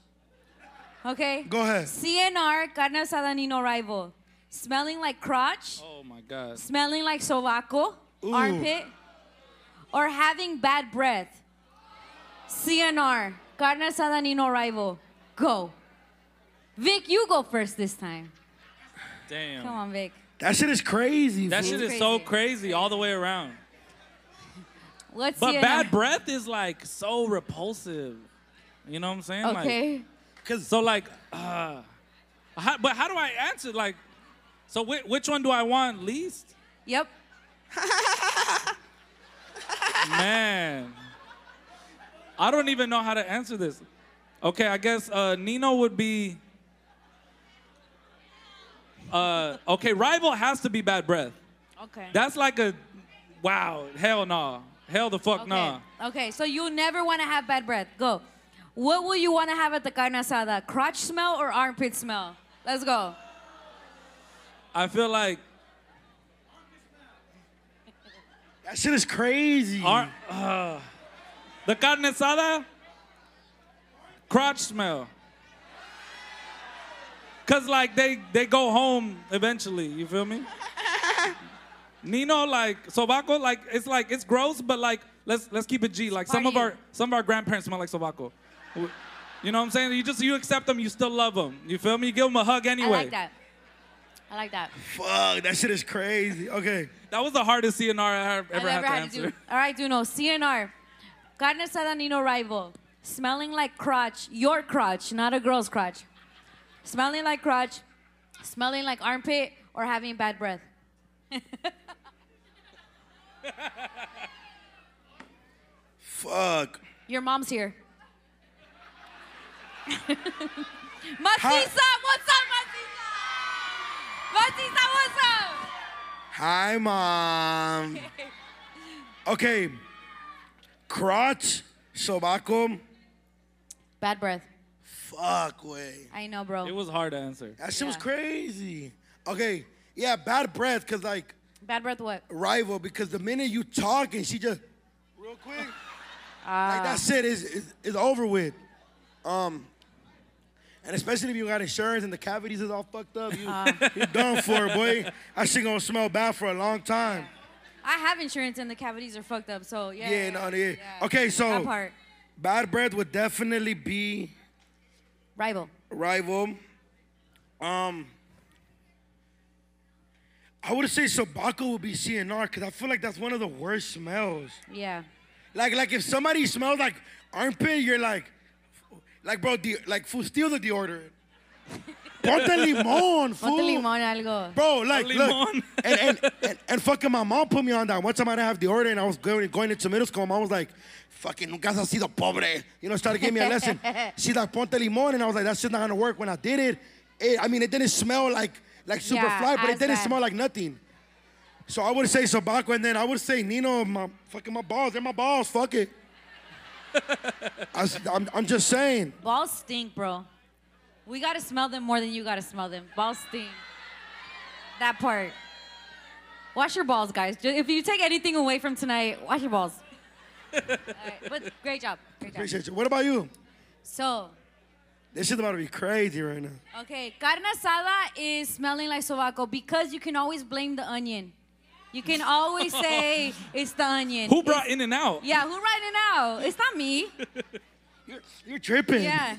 Okay? Go ahead. CNR, carne asada nino rival. Smelling like crotch, Oh my God. smelling like sobaco, Ooh. armpit, or having bad breath. CNR, carne asada nino rival. Go. Vic, you go first this time. Damn. Come on, Vic. That shit is crazy. That fool. shit It's is so crazy. crazy all the way around. What's But CNR? bad breath is like so repulsive. You know what I'm saying? Like, Okay. Cause so like, uh, how, but how do I answer? Like, so whi which one do I want least? yep. Man, I don't even know how to answer this. Okay, I guess uh, Nino would be. Uh, okay, rival has to be bad breath. Okay. That's like a, wow, hell nah, hell the fuck Okay. nah. Okay, so you never want to have bad breath. Go. What will you want to have at the carne asada? Crotch smell or armpit smell? Let's go. I feel like That shit is crazy. Ar- uh, the carne asada, crotch smell. Cause like they they go home eventually. You feel me? Nino like sobaco like it's like it's gross, but like let's let's keep it G. Like some Smart of you. our some of our grandparents smell like sobaco. W- You know what I'm saying? You just you accept them, you still love them. You feel me? You give them a hug anyway. I like that. I like that. fuck, that shit is crazy. Okay. That was the hardest CNR I ever, I've ever had ever to had answer. to do. All right, Duno. CNR. Carne asada Nino Rival. Smelling like crotch. Your crotch, not a girl's crotch. Smelling like crotch. Smelling like armpit or having bad breath. Fuck. Your mom's here. Matisa, what's up, Matisa? Matisa, what's up? Hi, mom. Okay. Crotch, sobaco. Bad breath. Fuck, way. I know, bro. It was hard to answer. That shit was Yeah. crazy. Okay. Yeah, bad breath, because, like, Bad breath, what? rival, because the minute you talk and she just, real quick, like, that's it. It's, it's, it's over with. Um, and especially if you got insurance and the cavities is all fucked up, you, you done for, boy. That shit gonna smell bad for a long time. I have insurance and the cavities are fucked up, so yeah. Yeah, no, yeah. Okay, so- That part. Bad breath would definitely be Rival. rival. Um, I would say Sobaco would be CNR because I feel like that's one of the worst smells. Yeah. Like, like if somebody smells like armpit, you're like, like bro, de- like fool, steal the deodorant. Ponte limon, fool. Ponte limón algo. Bro, like, look, limon. and, and, and, and fucking my mom put me on that. One time I didn't have the order and I was going, going into middle school. My Mom was like, fucking nunca has sido pobre. You know, started giving me a lesson. She's like, ponte limon. And I was like, that shit's not gonna work. When I did it, it I mean, it didn't smell like, like super Yeah, fly, but as it didn't bad. smell like nothing. So I would say Sabaco and then I would say Nino, my fucking my balls. They're my balls. Fuck it. I, am I'm just saying. Balls stink, bro. We gotta smell them more than you gotta smell them. Balls stink. That part. Wash your balls, guys. Ju- If you take anything away from tonight, wash your balls. All right, but great job. Great job. Appreciate you. What about you? So, This shit's about to be crazy right now. okay, carne asada is smelling like sobaco because you can always blame the onion. You can always say it's the onion. Who brought In and Out? Yeah, who right it out? It's not me. You're, you're tripping. Yeah.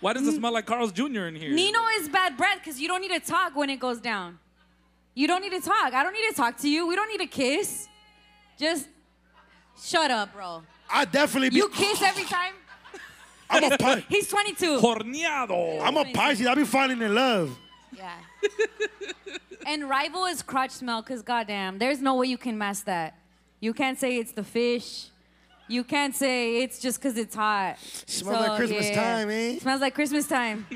Why does it smell like Carl's Jr. in here? Nino is bad breath because you don't need to talk when it goes down. You don't need to talk. I don't need to talk to you. We don't need to kiss. Just shut up, bro. I definitely be. You kiss every time. I'm a pun. He's 22. Horneado. I'm a Pisces. I be falling in love. Yeah. And rival is crotch smell because goddamn, there's no way you can mask that. You can't say it's the fish. You can't say it's just because it's hot. Smells like Christmas time, eh? Smells like Christmas time.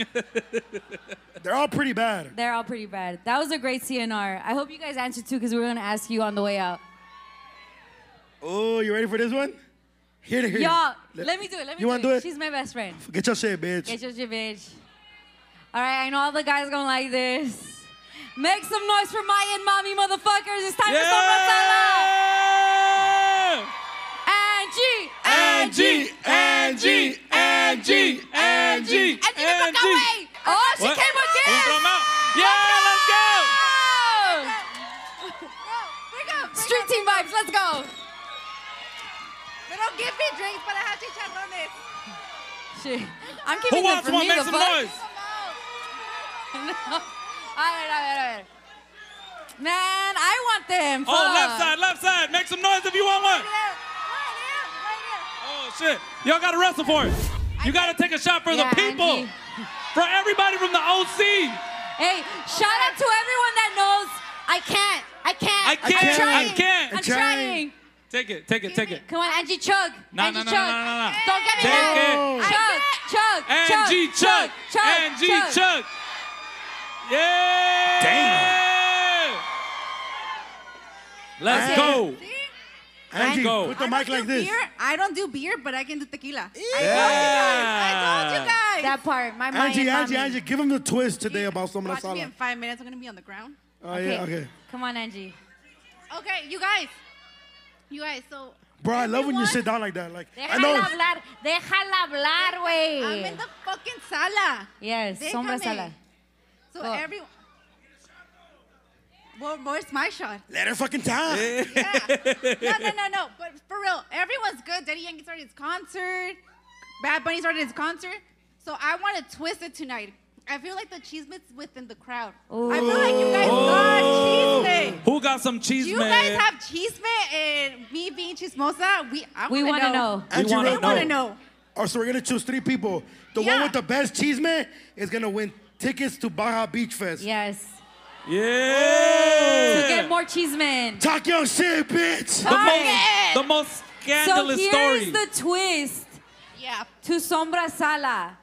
They're all pretty bad. They're all pretty bad. That was a great CNR. I hope you guys answered too because we were going to ask you on the way out. Oh, you ready for this one? Here to here. Y'all, let me do it. Let me do, You wanna it. do it? She's my best friend. Get your shit, bitch. Get your shit, bitch. All right, I know all the guys gonna like this. Make some noise for my and mommy motherfuckers. It's time for Sobrasala. Yeah! Angie, Angie, Angie, Angie, Angie, Angie, look that way. Oh, she What? came again. Come out. Yeah, let's go. Street team vibes. Let's go. They don't give me drinks para dejar chicharrones. Shit, I'm keeping Who them wants for one? me, Make the some fuck? noise. Come on. A ver, a ver, a ver. Man, I want them. Oh, left side, left side. Make some noise if you want one. Right here, right here. Oh, shit. Y'all got to wrestle for it. You got to take a shot for the Yeah, people, Angie. for everybody from the OC. Hey, shout out to everyone that knows I can't. I can't. I I'm can't, trying. I can't. I'm I'm trying. trying. Take it, take it, take it. Come on, Angie Chug. No, Angie no, no, Chug. no, no, no, no. Don't get me Take wrong. it. Chug, Chug, Angie Chuck. Chug, Angie Chuck. Yeah. Damn. Let's Hey. go. Angie, Go. put the I mic don't like do this. Beer. I don't do beer, but I can do tequila. I told you Yeah. guys. That part, my mind. Angie, and Angie, mommy. Angie, give him the twist today about some of Watch the me in five minutes. I'm gonna be on the ground. Oh, yeah, okay. Come on, Angie. Okay, you guys. You guys. So Bro, I love when you Everyone- sit down like that. Like, I Déjala know. hablar. Déjala hablar, I'm güey. in the fucking sala. Yes, sombra Déjame. sala. So Go. everyone. Well, where's my shot? Let her fucking time. Yeah. no, no, no, no. But for real, everyone's good. Daddy Yankee started his concert. Bad Bunny started his concert. So I want to twist it tonight. I feel like the cheese mit's within the crowd. I feel like you guys Oh. love cheese mit. Who got some cheese, Do you man? guys have cheese mit and me being chismosa? We I We want to know. Angie, wanna I right know. want now. to know. Oh, so we're going to choose three people. The one Yeah. with the best cheese man is going to win tickets to Baja Beach Fest. Yes. Yeah. To get more cheese men. Talk your shit, bitch. the, Target. most, the most So scandalous here's story. the twist Yeah. to Sombra Sala.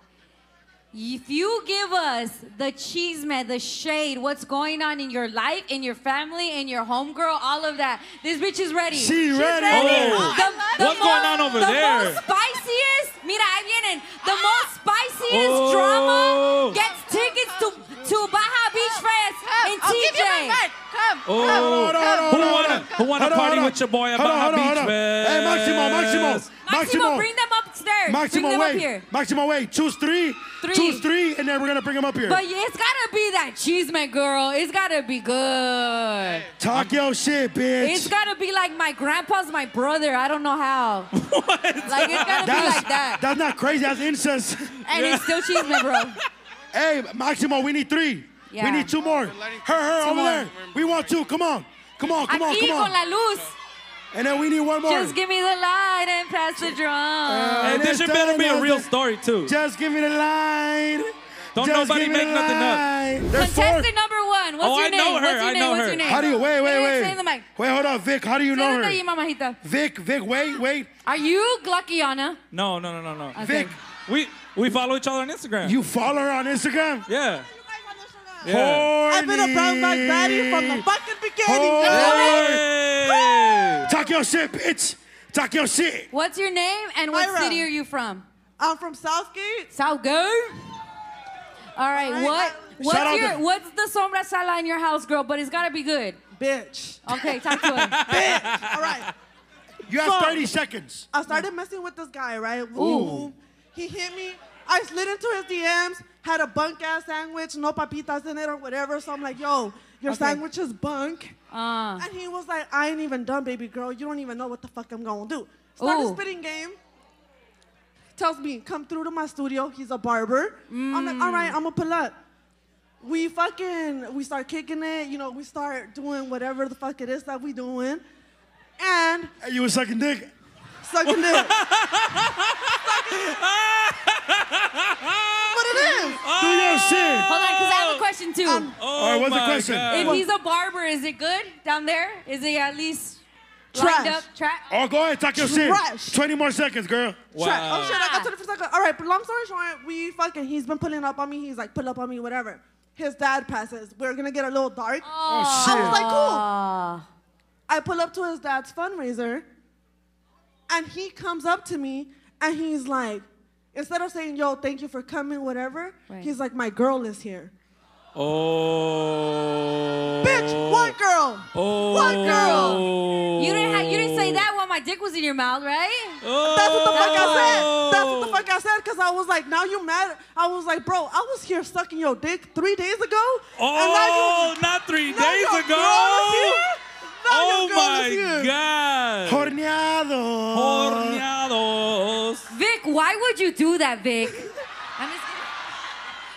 If you give us the cheese man, the shade, what's going on in your life, in your family, in your homegirl, all of that, this bitch is ready. She ready. Oh, The- the what's mo- going on over the there? Ah. most spiciest, mira, ahí vienen. The most spiciest Oh. drama gets tickets to, to Baja Beach Fest Come, and I'll TJ. give you my card. Come, Oh. come, Hold on, come. Who Hold on, hold wanna on. who wanna Hold on, party hold on. with your boy at Hold on, Baja hold on, Beach hold on. Fest? Hey, Maximo, Maximo. Maximo, Maximo. bring them upstairs. bring Maximo, them up wait. here. Maximo, wait. Choose three. Three. Choose three, and then we're gonna bring him up here. But it's gotta be that cheese, my girl. It's gotta be good. Talk your shit, bitch. It's gotta be like my grandpa's my brother. I don't know how. Like it's gotta be that's, like that. that's not crazy. That's incest. and it's still cheese, my bro. hey, Maximo, we need three. Yeah. We need two more. Her, her Two over more. there. We want two. Come on. Come on, come on, Aquí come con on. la luz. And then we need one more. Just give me the light and pass the drum. Hey, this should better be a real story too. Just give me the line. Don't Just nobody give me make the nothing up. line. There's four. Contestant number one. What's Oh, your I name? know her. What's your I name? know What's her. your name? How do you wait, wait, Say it- wait? Say it in the mic. Wait, hold on, Vic. How do you Say know it her? in the mamajita. Vic, Vic, wait, wait. Are you Gluckiana? No, no, no, no, no. Okay. Vic, We we follow each other on Instagram. you follow her on Instagram? yeah. Yeah. I've been a brown bag daddy from the Horny. fucking beginning. Oh. girl. Hey. Talk your shit, bitch. Talk your shit. What's your name and what Myra. city are you from? I'm from Southgate. Southgate. All right, All right, what uh, Shout out what's your to- what's the sombra sala in your house, girl? But it's gotta be good. Bitch. Okay, talk to him. Bitch. All right. You So- have 30 seconds. I started messing with this guy, right? Ooh. He hit me. I slid into his DMs, had a bunk ass sandwich, no papitas in it or whatever. So I'm like, yo, your Okay. sandwich is bunk. Uh, And he was like, I ain't even done, baby girl. You don't even know what the fuck I'm gonna do. Started Ooh. spitting game. Tells me, come through to my studio. He's a barber. I'm like, all right, I'm gonna pull up. We fucking, we start kicking it. You know, we start doing whatever the fuck it is that we doing. And Hey, You were sucking dick. sucking dick. what it is? Do Ah. your shit. hold on, because I have a question too. Oh, All right, what's the my question? God. if he's a barber, is it good down there? Is it at least Trash. lined up? Trash. Oh, go ahead. Talk your shit. Trash. 20 more seconds, girl. Track. Wow. Oh shit, I got 24 seconds. All right, but long story short, we fucking, he's been pulling up on me. He's like, pull up on me, whatever. His dad passes. We're gonna get a little dark. Oh, I shit. was like, cool. I pull up to his dad's fundraiser, and he comes up to me and he's like, instead of saying, yo, thank you for coming, whatever, Right. he's like, my girl is here. Oh. Bitch, what girl? Oh. What girl? girl? You didn't have, you didn't say that while my dick was in your mouth, right? Oh. That's what the fuck I said. That's what the fuck I said. Cause I was like, now you mad. I was like, bro, I was here sucking your dick three days ago. and now Oh, you, not three now days your ago. Girl is here. Now Oh your girl my is here. God. Horneado. Horneados. Vic, why would you do that, Vic?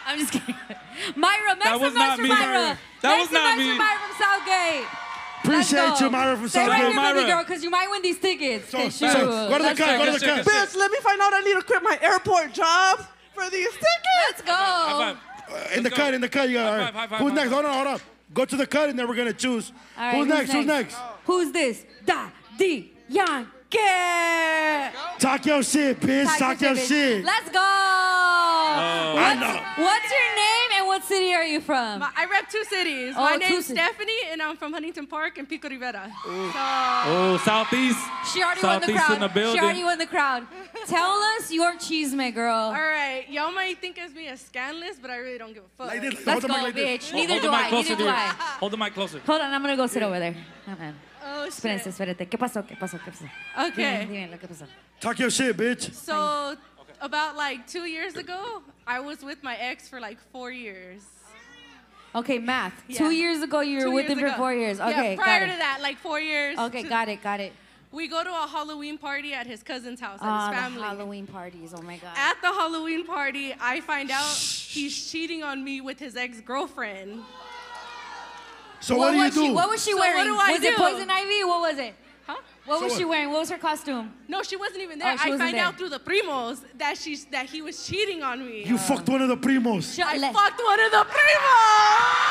I'm just kidding. I'm just kidding. Myra, make That some noise was not for me, Myra. Myra. That Make was some not noise for me. Myra from Southgate. Let's Appreciate go. you, Myra from Stay South right Southgate. here, baby Myra. girl, because you might win these tickets. So, Thank you. so, go to the Let's cut, go to the Let's check cut. it. Bitch, let me find out I need to quit my airport job for these tickets. Let's go. Uh, In the Let's go. cut, in the cut. You got, all High right. five, high five, Who's high next? five. Hold on, hold on. Go to the cut, and then we're going to choose. All right, who's, next? Who's next? Who's this? Da D Yankee. Talk your shit, bitch. Talk, your shit. Let's go. Oh. I What's, know. what's your name and what city are you from? I rep two cities. Oh, My two name's cities. Stephanie, and I'm from Huntington Park and Pico Rivera. Oh, Southeast. She already won the Southeast crowd. in the she building. already won the crowd. Tell us your cheese, my girl. All right, y'all might think of me as scandalous, but I really don't give a fuck. Like this, like, Let's hold the go, mic like this. bitch. Hold- Neither hold do the mic I. closer Neither to do your- I. Hold the mic closer. Hold on, I'm gonna go sit over there. Hold on. oh shit. Espérense, espérate. ¿Qué pasó? ¿Qué pasó? ¿Qué pasó? Okay. Dime, dime lo que pasó. Talk your shit, bitch. So about like two years ago, I was with my ex for like four years. Okay, math. Yeah. Two years ago, you were Two with years him for ago. four years. Okay, yeah, prior got to it. that, like four years. Okay, to- got it, got it. We go to a Halloween party at his cousin's house Ah, at his the family. Halloween parties. Oh my god. At the Halloween party, I find out he's cheating on me with his ex-girlfriend. So what, do you was do? She, what was she So what wearing? do I was do? it poison ivy? What was it? Huh? What was So she what- wearing? What was her costume? No, she wasn't even Oh, there. she I wasn't find there. out through the primos that she's that he was cheating on me. you fucked one of the primos. I Let- fucked one of the primos.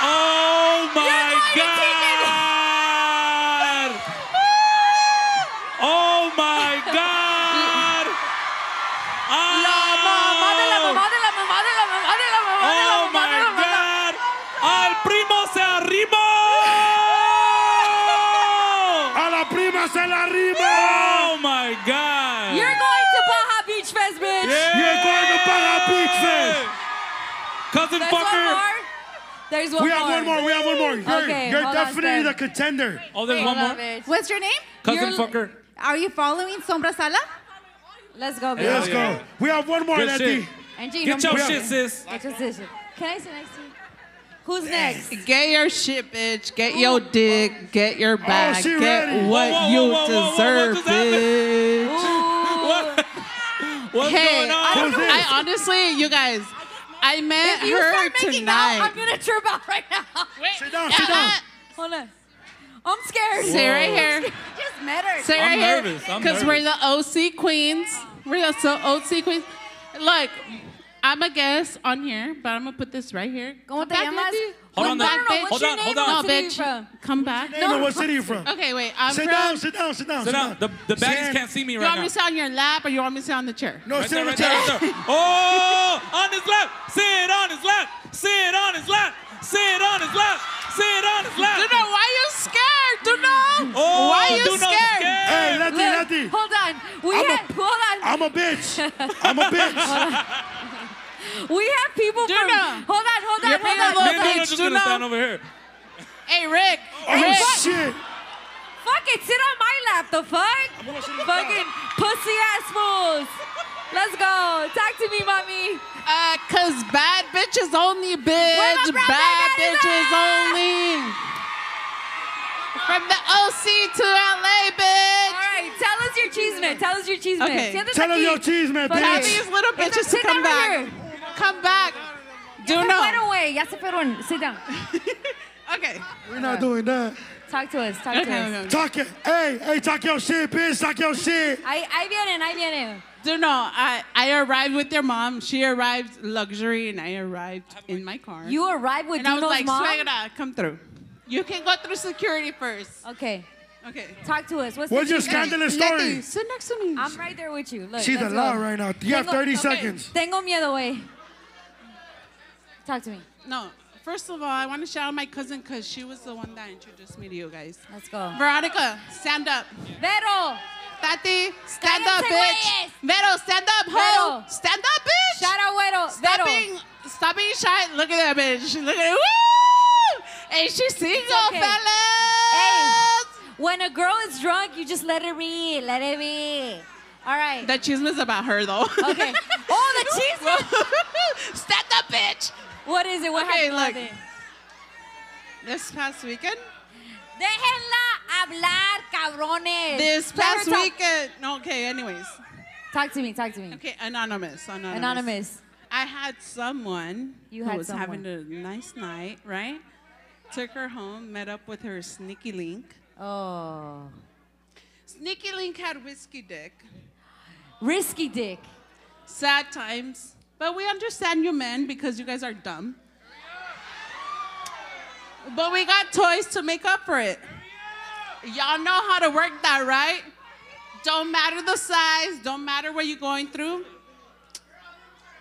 Oh my going to God! Oh my God! Ah, La mamá Oh Oh There's one We more. have one more. We have one more. You're, Okay, you're hold on, definitely Stan. the contender. Oh, there's one Hold on, more. bitch. What's your name? Cousin You're- fucker. Are you following Sombra Sala? Let's go, bitch. Hell Let's yeah. go. We have one more, Oh, Good Letty. shit. And Gina, Get your move. shit, sis. Get your shit. Can I sit next to you? Who's next? Get your shit, bitch. Get your dick. Get your bag. she get ready. what Whoa, whoa, you whoa, whoa, whoa, what deserve, just happened? bitch. What? What's Hey, going I, on? don't know- I honestly, you guys, I met If you her start making tonight. out, I'm gonna trip out right now. Sit down, sit down. Hold on. I'm scared. Sit right here. Just met her. Sit I'm right here. nervous. I'm Because we're the nervous. OC queens. We're the so OC queens. Look, I'm a guest on here, but I'm going to put this right here. ¿Cómo te Back, llamas? Lindsay. Hold Come on, back, no, bitch. hold on, hold No, on. Where you bitch. from? Come back. Name and what city you from? Okay, wait. I'm Sit from- down, sit down, sit down, Sit down. The, the baggies Stand. can't see me You right want now. me to sit on your lap or you want me to sit on the chair? No, Right sit there, on the right there, chair. right there. Oh, on his lap. Sit on his lap. Sit on his lap. Sit on his lap. Sit on his lap. Do know why you scared? Do know? Oh, why you do not scared? scare. Hey, Letty, Look, Letty. hold on. We I'm a- had hold on. I'm a bitch. I'm a bitch. we have people from. Duna. Hold on. Hold on. You're Hold being a on. little Hold on. Me and bitch. Dino just do gonna not- stand over here. Hey, Rick. Rick. Oh, shit. Fuck it. Sit on my lap. The fuck. gonna sit on the Fucking pussy ass fools. Let's go. Talk to me, mommy. Uh, cause bad bitches only, bitch. Where my Bad brother is bitches at? only. From the OC to LA, All bitch. right. Tell us your cheese man. Tell us your cheese man. Okay. Siéntate Tell her aquí. your cheese, man, Fuck Tell it. bitch. these little It's bitches a- to sit come over back. here. Come back. Do Se fueron, know. güey. Ya se fueron. Sit down. Okay. We're not doing that. Talk to us. Talk to us. Okay, okay. Talk it. Hey, hey, talk your shit, bitch. Talk your shit. Ahí, ahí vienen. Ahí vienen. Do know. I, I arrived with your mom. She arrived luxury, and I arrived in my car. You arrived with and I was Dino's like, mom. Suegra, come through. You can go through security first. Okay. Okay. Talk to us. What's, What's the your cheese man? scandalous Leti, story? sit next to me. I'm right there with you. Look, She's let's alive go. right now. You have Tengo- 30 okay. seconds. Tengo miedo, güey. Talk to me. No, first of all, I want to shout out my cousin because she was the one that introduced me to you guys. Let's go. Veronica, stand up. Vero, Tati, stand up, Cállense, bitch. Vero, stand up, ho. Vero. Stand up, bitch. shout out, güero. Stop Vero. being, stop being shy. Look at that bitch. Look at her. Woo! And she's single, okay. fellas. When a girl is drunk, you just let her be. Let it be. All right. The chisme's about her, though. okay. Oh, the cheese. man. stand up, bitch. What is it? What Okay, happened? look. with it? This past weekend, Déjenla hablar, cabrones. this Let her past talk. weekend. no, Okay, anyways. Talk to me. Talk to me. Okay, anonymous, anonymous. Anonymous. I had someone You who had was someone. having a nice night, right? Took her home, met up with her sneaky link. Oh. Sneaky link had whiskey dick. Risky dick. Sad times, but we understand you men because you guys are dumb. But we got toys to make up for it. Y'all know how to work that, right? Don't matter the size, don't matter what you're going through.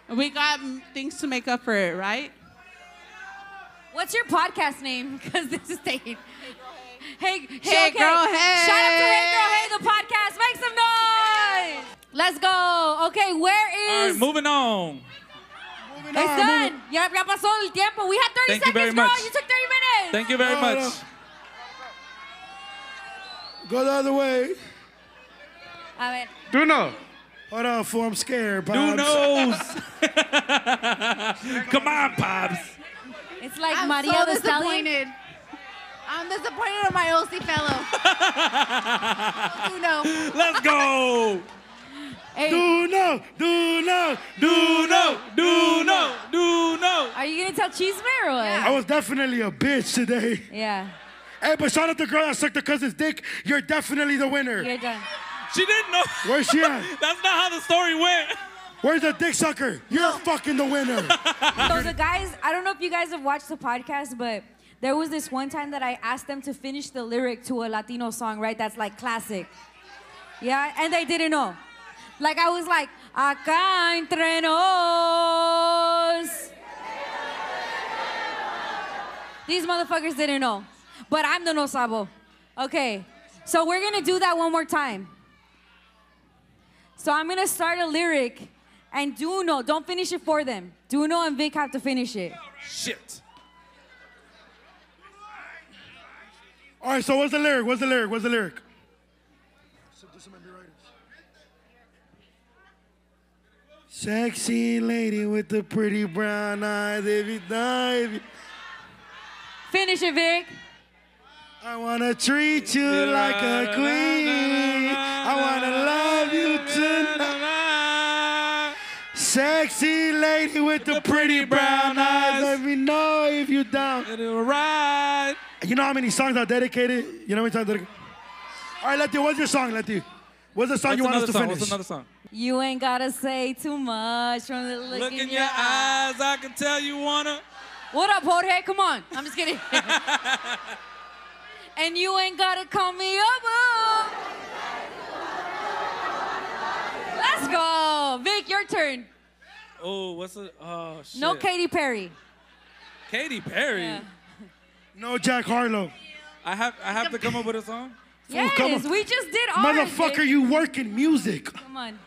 We got mm, things to make up for it, right? What's your podcast name? Because this is taking. Hey, hey, Hey, okay. girl, hey. Shout out to Hey Girl Hey the podcast. Make some noise. Let's go. Okay, All where right, is? moving on. Moving it's on, done. moving- Ya, ya pasó el tiempo. We had 30 Thank you seconds, very girl. much. You took 30 minutes. Thank you very No, much. no. Go the other way. A ver. Duno. Hold on, fool. I'm scared. But Who I'm knows? Come on, pops. It's like I'm Maria so the Stallion. disappointed. I'm disappointed in my OC fellow. Uno. Let's go. Hey, Do no, do no, Do no, do no. do no, do no. are you going to tell Cheese Man or what? I was definitely a bitch today. Yeah, Hey, but shout out the girl that sucked the cousin's dick. You're definitely the winner. you're done. She didn't know. Where's she at? That's not how the story went. Where's the dick sucker? You're fucking the winner. So the guys, I don't know if you guys have watched the podcast, but there was this one time that I asked them to finish the lyric to a Latino song, right? That's like classic. Yeah, and they didn't know. Like I was like, acá entre nos. These motherfuckers didn't know. But I'm the no sabo. Okay. So we're gonna do that one more time. So I'm gonna start a lyric, and Duno, don't finish it for them. Duno and Vic have to finish it. Shit. All right, so what's the lyric? What's the lyric? What's the lyric? Sexy lady with the pretty brown eyes. If you die, if you- Finish it, Vic. I wanna treat you like a queen. I wanna love you tonight. Sexy lady with the pretty brown eyes. Let me know if you down. Right. You know how many songs are dedicated? You know how many times? dedicated? All right, Letty, what's your song, Letty? What's the song What's you want us another to song? finish? What's another song? You ain't gotta say too much from the look, Look in your eye. eyes, I can tell you wanna. What up, Jorge? Come on. I'm just kidding. and you ain't gotta call me up. oh. Let's go. Vic, your turn. Oh, what's it? Oh shit. No Katy Perry. Katy Perry. Yeah. No, Jack Harlow. I have I have to come up with a song. Yes, come on. we just did ours. Motherfucker, Vic. you work in music. Come on.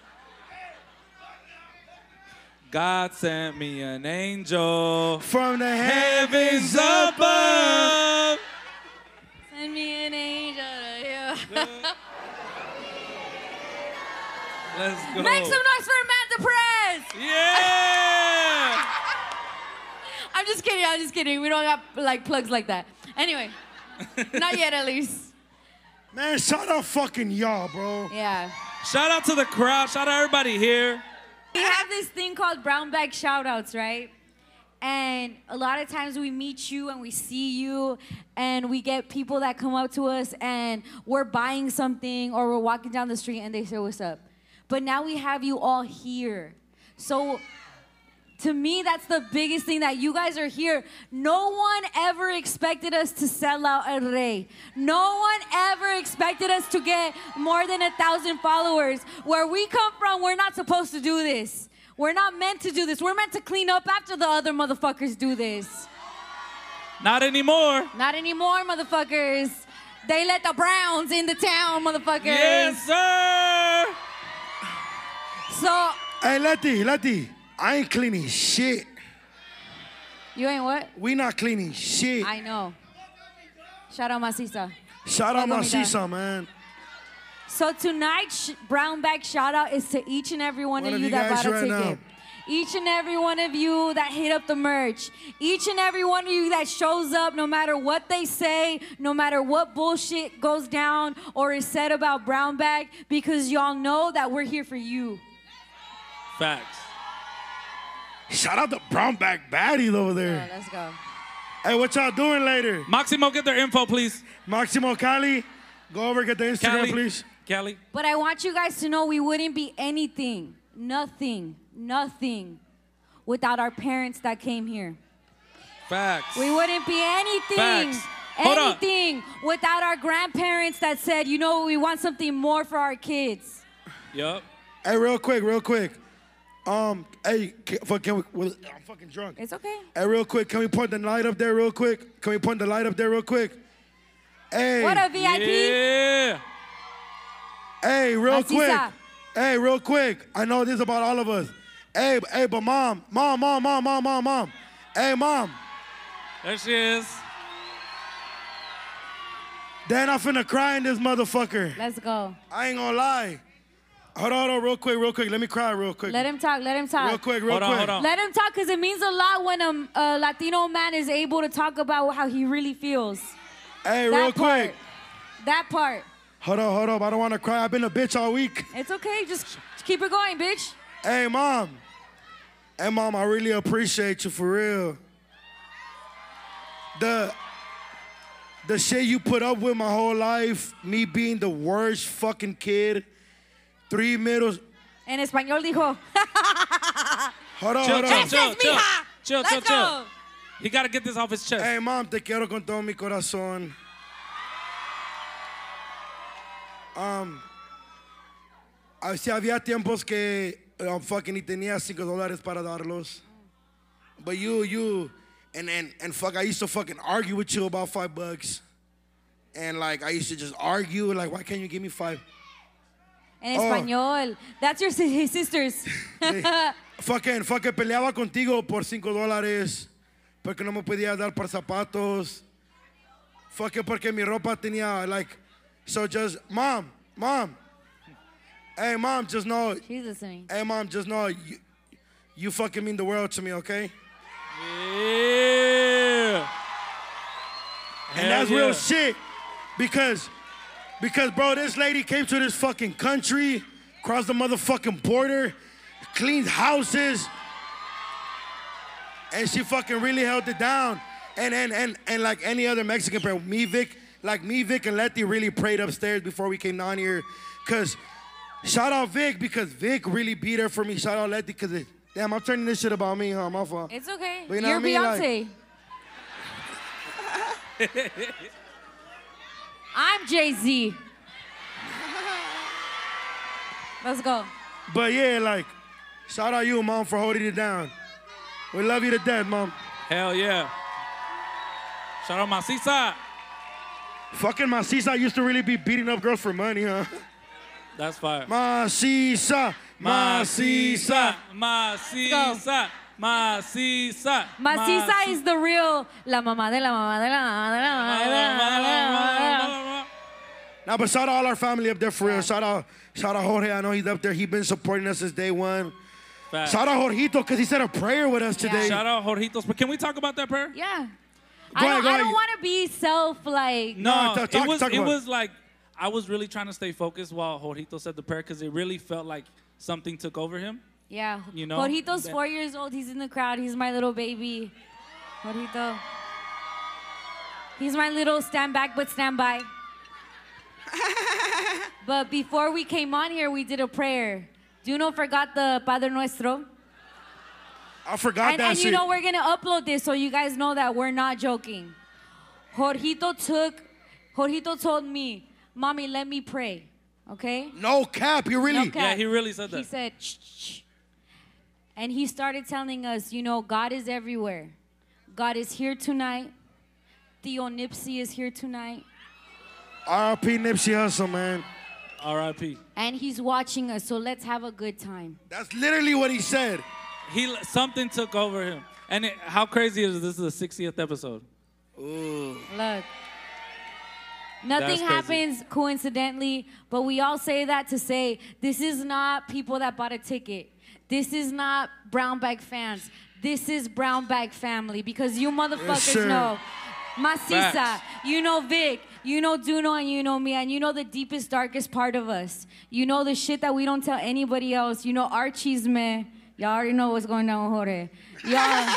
God sent me an angel. From the Heavens above. Send me an angel to you. Let's go. Make some noise for Amanda Perez. Yeah. I'm just kidding. I'm just kidding. We don't have like plugs like that. Anyway, not yet at least. Man, shout out fucking y'all, bro. Yeah. Shout out to the crowd. Shout out everybody here. We have this thing called brown bag shoutouts, right? And a lot of times we meet you and we see you, and we get people that come up to us and we're buying something or we're walking down the street and they say, What's up? But now we have you all here. So to me, that's the biggest thing that you guys are here. No one ever expected us to sell out El Rey. No one ever expected us to get more than a thousand followers. Where we come from, we're not supposed to do this. We're not meant to do this. We're meant to clean up after the other motherfuckers do this. Not anymore. Not anymore, motherfuckers. They let the Browns in the town, motherfuckers. Yes, sir. So, Hey, Letty, Letty, I ain't cleaning shit. you ain't what? We not cleaning shit. I know. Shout out Masisa. Shout out Fuck my with me, Sisa, man. So tonight's sh- brown bag shout out is to each and every one, One of of you you that guys bought a right ticket. now. Each and every one of you that hit up the merch. Each and every one of you that shows up no matter what they say, no matter what bullshit goes down or is said about brown bag because y'all know that we're here for you. Facts. Shout out the brown bag baddies over So there. let's go. Hey, what y'all doing later? Maximo, get their info, please. Maximo Cali, go over get the Instagram, Callie, please. Callie. But I want you guys to know we wouldn't be anything, nothing, nothing without our parents that came here. Facts. We wouldn't be anything. Facts. Hold on. Anything without our grandparents that said, you know, we want something more for our kids. Yup. Hey, real quick, real quick. Um, hey, can, fuck, can we, well, I'm fucking drunk. It's okay. Hey, real quick, can we point the light up there real quick? Can we point the light up there real quick? Hey, What a VIP. Yeah. hey, real Masisa. quick. Hey, real quick. I know this is about all of us. Hey, b- hey, but mom, mom, mom, mom, mom, mom, mom. Hey, mom. There she is. Then I'm finna cry in this motherfucker. Let's go. I ain't gonna lie. Hold on, hold on, real quick, real quick. Let me cry real quick. Let him talk. Let him talk. real quick, real Hold on, quick. hold on. Let him talk because it means a lot when a, a Latino man is able to talk about how he really feels. Hey, that real part. quick. That part. Hold up, hold up. I don't wanna cry. I've been a bitch all week. It's okay. Just keep it going, bitch. Hey, mom. Hey, mom, I really appreciate you for real. The the shit you put up with my whole life, me being the worst fucking kid, three middles. En español dijo, Hold on, Chill, hold chill, chill, on. chill. mija. Chill, chill, Let's chill. go. He got to get this off his chest. Hey, mom, te quiero con todo mi corazón. Um, ah, sí, había tiempos que um, fucking y tenía cinco dólares para darlos. But you, you, and, and and fuck, I used to fucking argue with you about five bucks. And like, I used to just argue, like, why can't you give me five? En Oh. español. That's your si- his sisters. Fucking, fucking peleaba contigo por cinco dólares porque no me podía dar para zapatos. fucking porque mi ropa tenía, like, so just, mom, mom, hey, mom, just know, She's listening. hey, mom, just know, you, you fucking mean the world to me, okay? Yeah. And Hell that's yeah. real shit. Because, because, bro, this lady came to this fucking country, crossed the motherfucking border, cleaned houses, and she fucking really held it down. And and and and like any other Mexican prayer, me Vic, like me Vic and Letty really prayed upstairs before we came down here, cause shout out Vic because Vic really be there for me. Shout out Letty because it, damn, I'm turning this shit about me, huh? My fault. It's okay. But you know are what I mean? Beyonce. I'm Jay Z. Let's go. But yeah, like, shout out you, mom, for holding it down. We love you to death, mom. Hell yeah. Shout out my seaside. Fucking my Sisa used to really be beating up girls for money, huh? That's fire. My Sisa, my Sisa. My seaside. My seaside. Macisa is the real la mamá de la mamá de la mamá de la mamá de la mamá de la mamá de la mamá. Now, but shout out all our family up there for real. Shout out, shout out Jorge. I know he's up there. He's been supporting us since day one. Facts. Shout out Jorgito because he said a prayer with us today. Shout out Jorjitos. But can we talk about that prayer? Yeah. Go I ahead, don't, go I ahead. don't want to be self like. No, No, t- talk- it was talk it about it. was like I was really trying to stay focused while Jorjito said the prayer because it really felt like something took over him. Yeah. You know, Jorgito's that- four years old. He's in the crowd. He's my little baby. Jorgito. He's my little stand back, but stand by. but before we came on here, we did a prayer. Duno forgot the Padre Nuestro. I forgot And, that and shit. you know, we're going to upload this so you guys know that we're not joking. Jorgito took, Jorgito told me, Mommy, let me pray. Okay? no cap, you No really. cap. Yeah, he really said He that. said, "Shh, shh, shh." and he started telling us, you know, God is everywhere. God is here tonight. Theo Nipsey is here tonight. RIP Nipsey Hustle, man. R.I.P. And he's watching us, so let's have a good time. That's literally what he said. He something took over him. And it, how crazy is this? Is the 60th episode? Look. Nothing That's crazy. happens coincidentally, but we all say that to say this is not people that bought a ticket. This is not brown bag fans. This is brown bag family because you motherfuckers sir. know Masisa, Facts. you know Vic, you know Duno, and you know me, and you know the deepest, darkest part of us. You know the shit that we don't tell anybody else. You know our chisme. Y'all already know what's going down with Jorge. Y'all.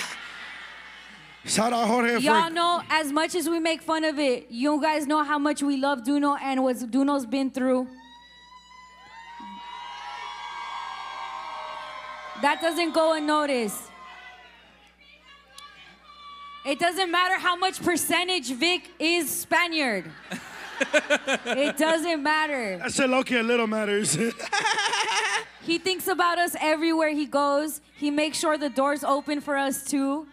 Shout out Jorge Y'all for know as much as we make fun of it, you guys know how much we love Duno and what Duno's been through. That doesn't go unnoticed. It doesn't matter how much percentage Vic is Spaniard. it doesn't matter. that shit. Loki, a little matters. He thinks about us everywhere he goes. He makes sure the door's open for us too.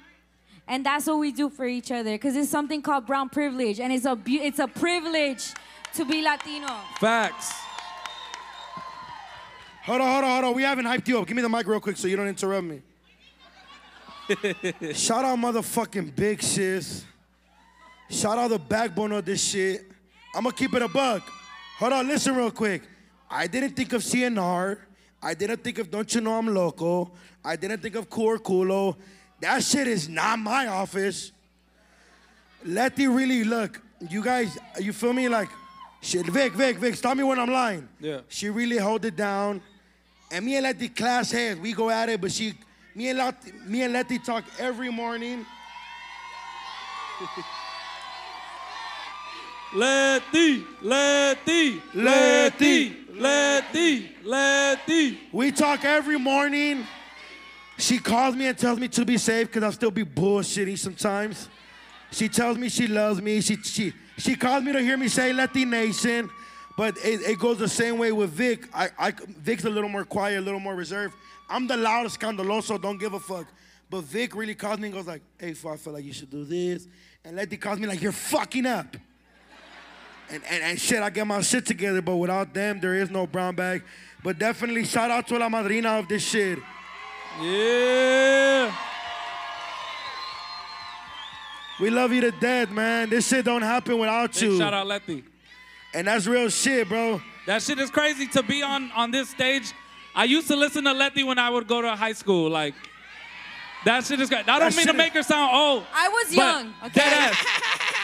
And that's what we do for each other because it's something called brown privilege and it's a bu- it's a privilege to be Latino. Facts. Hold on, hold on, hold on. We haven't hyped you up. Give me the mic real quick so you don't interrupt me. Shout out motherfucking big sis. Shout out the backbone of this shit. I'ma keep it a buck. Hold on, listen real quick. I didn't think of CNR. I didn't think of Don't You Know I'm Local. I didn't think of Cool Culo. That shit is not my office. Letty really look, you guys, you feel me? Like, shit, Vic, Vic, Vic, stop me when I'm lying. Yeah. She really hold it down. And me and Letty class heads, we go at it, but she, me and Letty, me and Letty talk every morning. Letty, Letty, Letty, Letty, Letty. We talk every morning. She calls me and tells me to be safe because I'll still be bullshitting sometimes. She tells me she loves me. She she she calls me to hear me say Letty Nation, but it, it goes the same way with Vic. I, I Vic's a little more quiet, a little more reserved. I'm the loudest scandaloso, don't give a fuck. But Vic really calls me and goes like, "Hey, fool, I feel like you should do this," and Letty calls me like, "You're fucking up." and, and, and shit, I get my shit together, but without them, there is no brown bag. But definitely shout out to La Madrina of this shit. Yeah. We love you to death, man. This shit don't happen without Big you. shout out Letty. And that's real shit, bro. That shit is crazy to be on on this stage. I used to listen to Letty when I would go to high school. Like that shit is crazy. I don't mean shit to is- make her sound old. I was but young. Dead ass.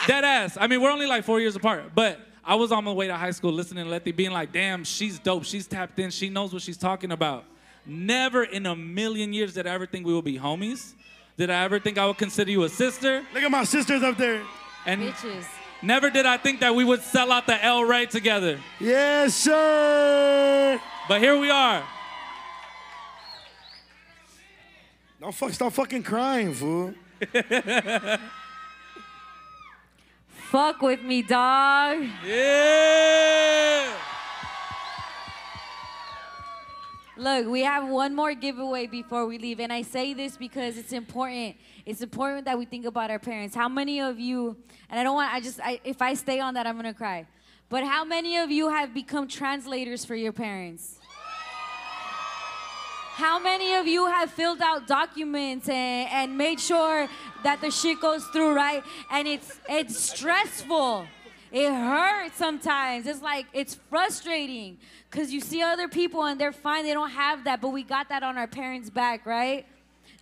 Dead ass. I mean, we're only like four years apart, but. I was on my way to high school listening to Letty being like, damn, she's dope. She's tapped in. She knows what she's talking about. Never in a million years did I ever think we would be homies. Did I ever think I would consider you a sister? Look at my sisters up there. And Bitches. never did I think that we would sell out the L Ray together. Yes, sir. But here we are. Don't fuck, stop fucking crying, fool. Fuck with me, dog. Yeah. Look, we have one more giveaway before we leave, and I say this because it's important. It's important that we think about our parents. How many of you? And I don't want. I just. I, if I stay on that, I'm gonna cry. But how many of you have become translators for your parents? How many of you have filled out documents and, and made sure that the shit goes through right? And it's it's stressful. It hurts sometimes. It's like it's frustrating because you see other people and they're fine. They don't have that, but we got that on our parents' back, right?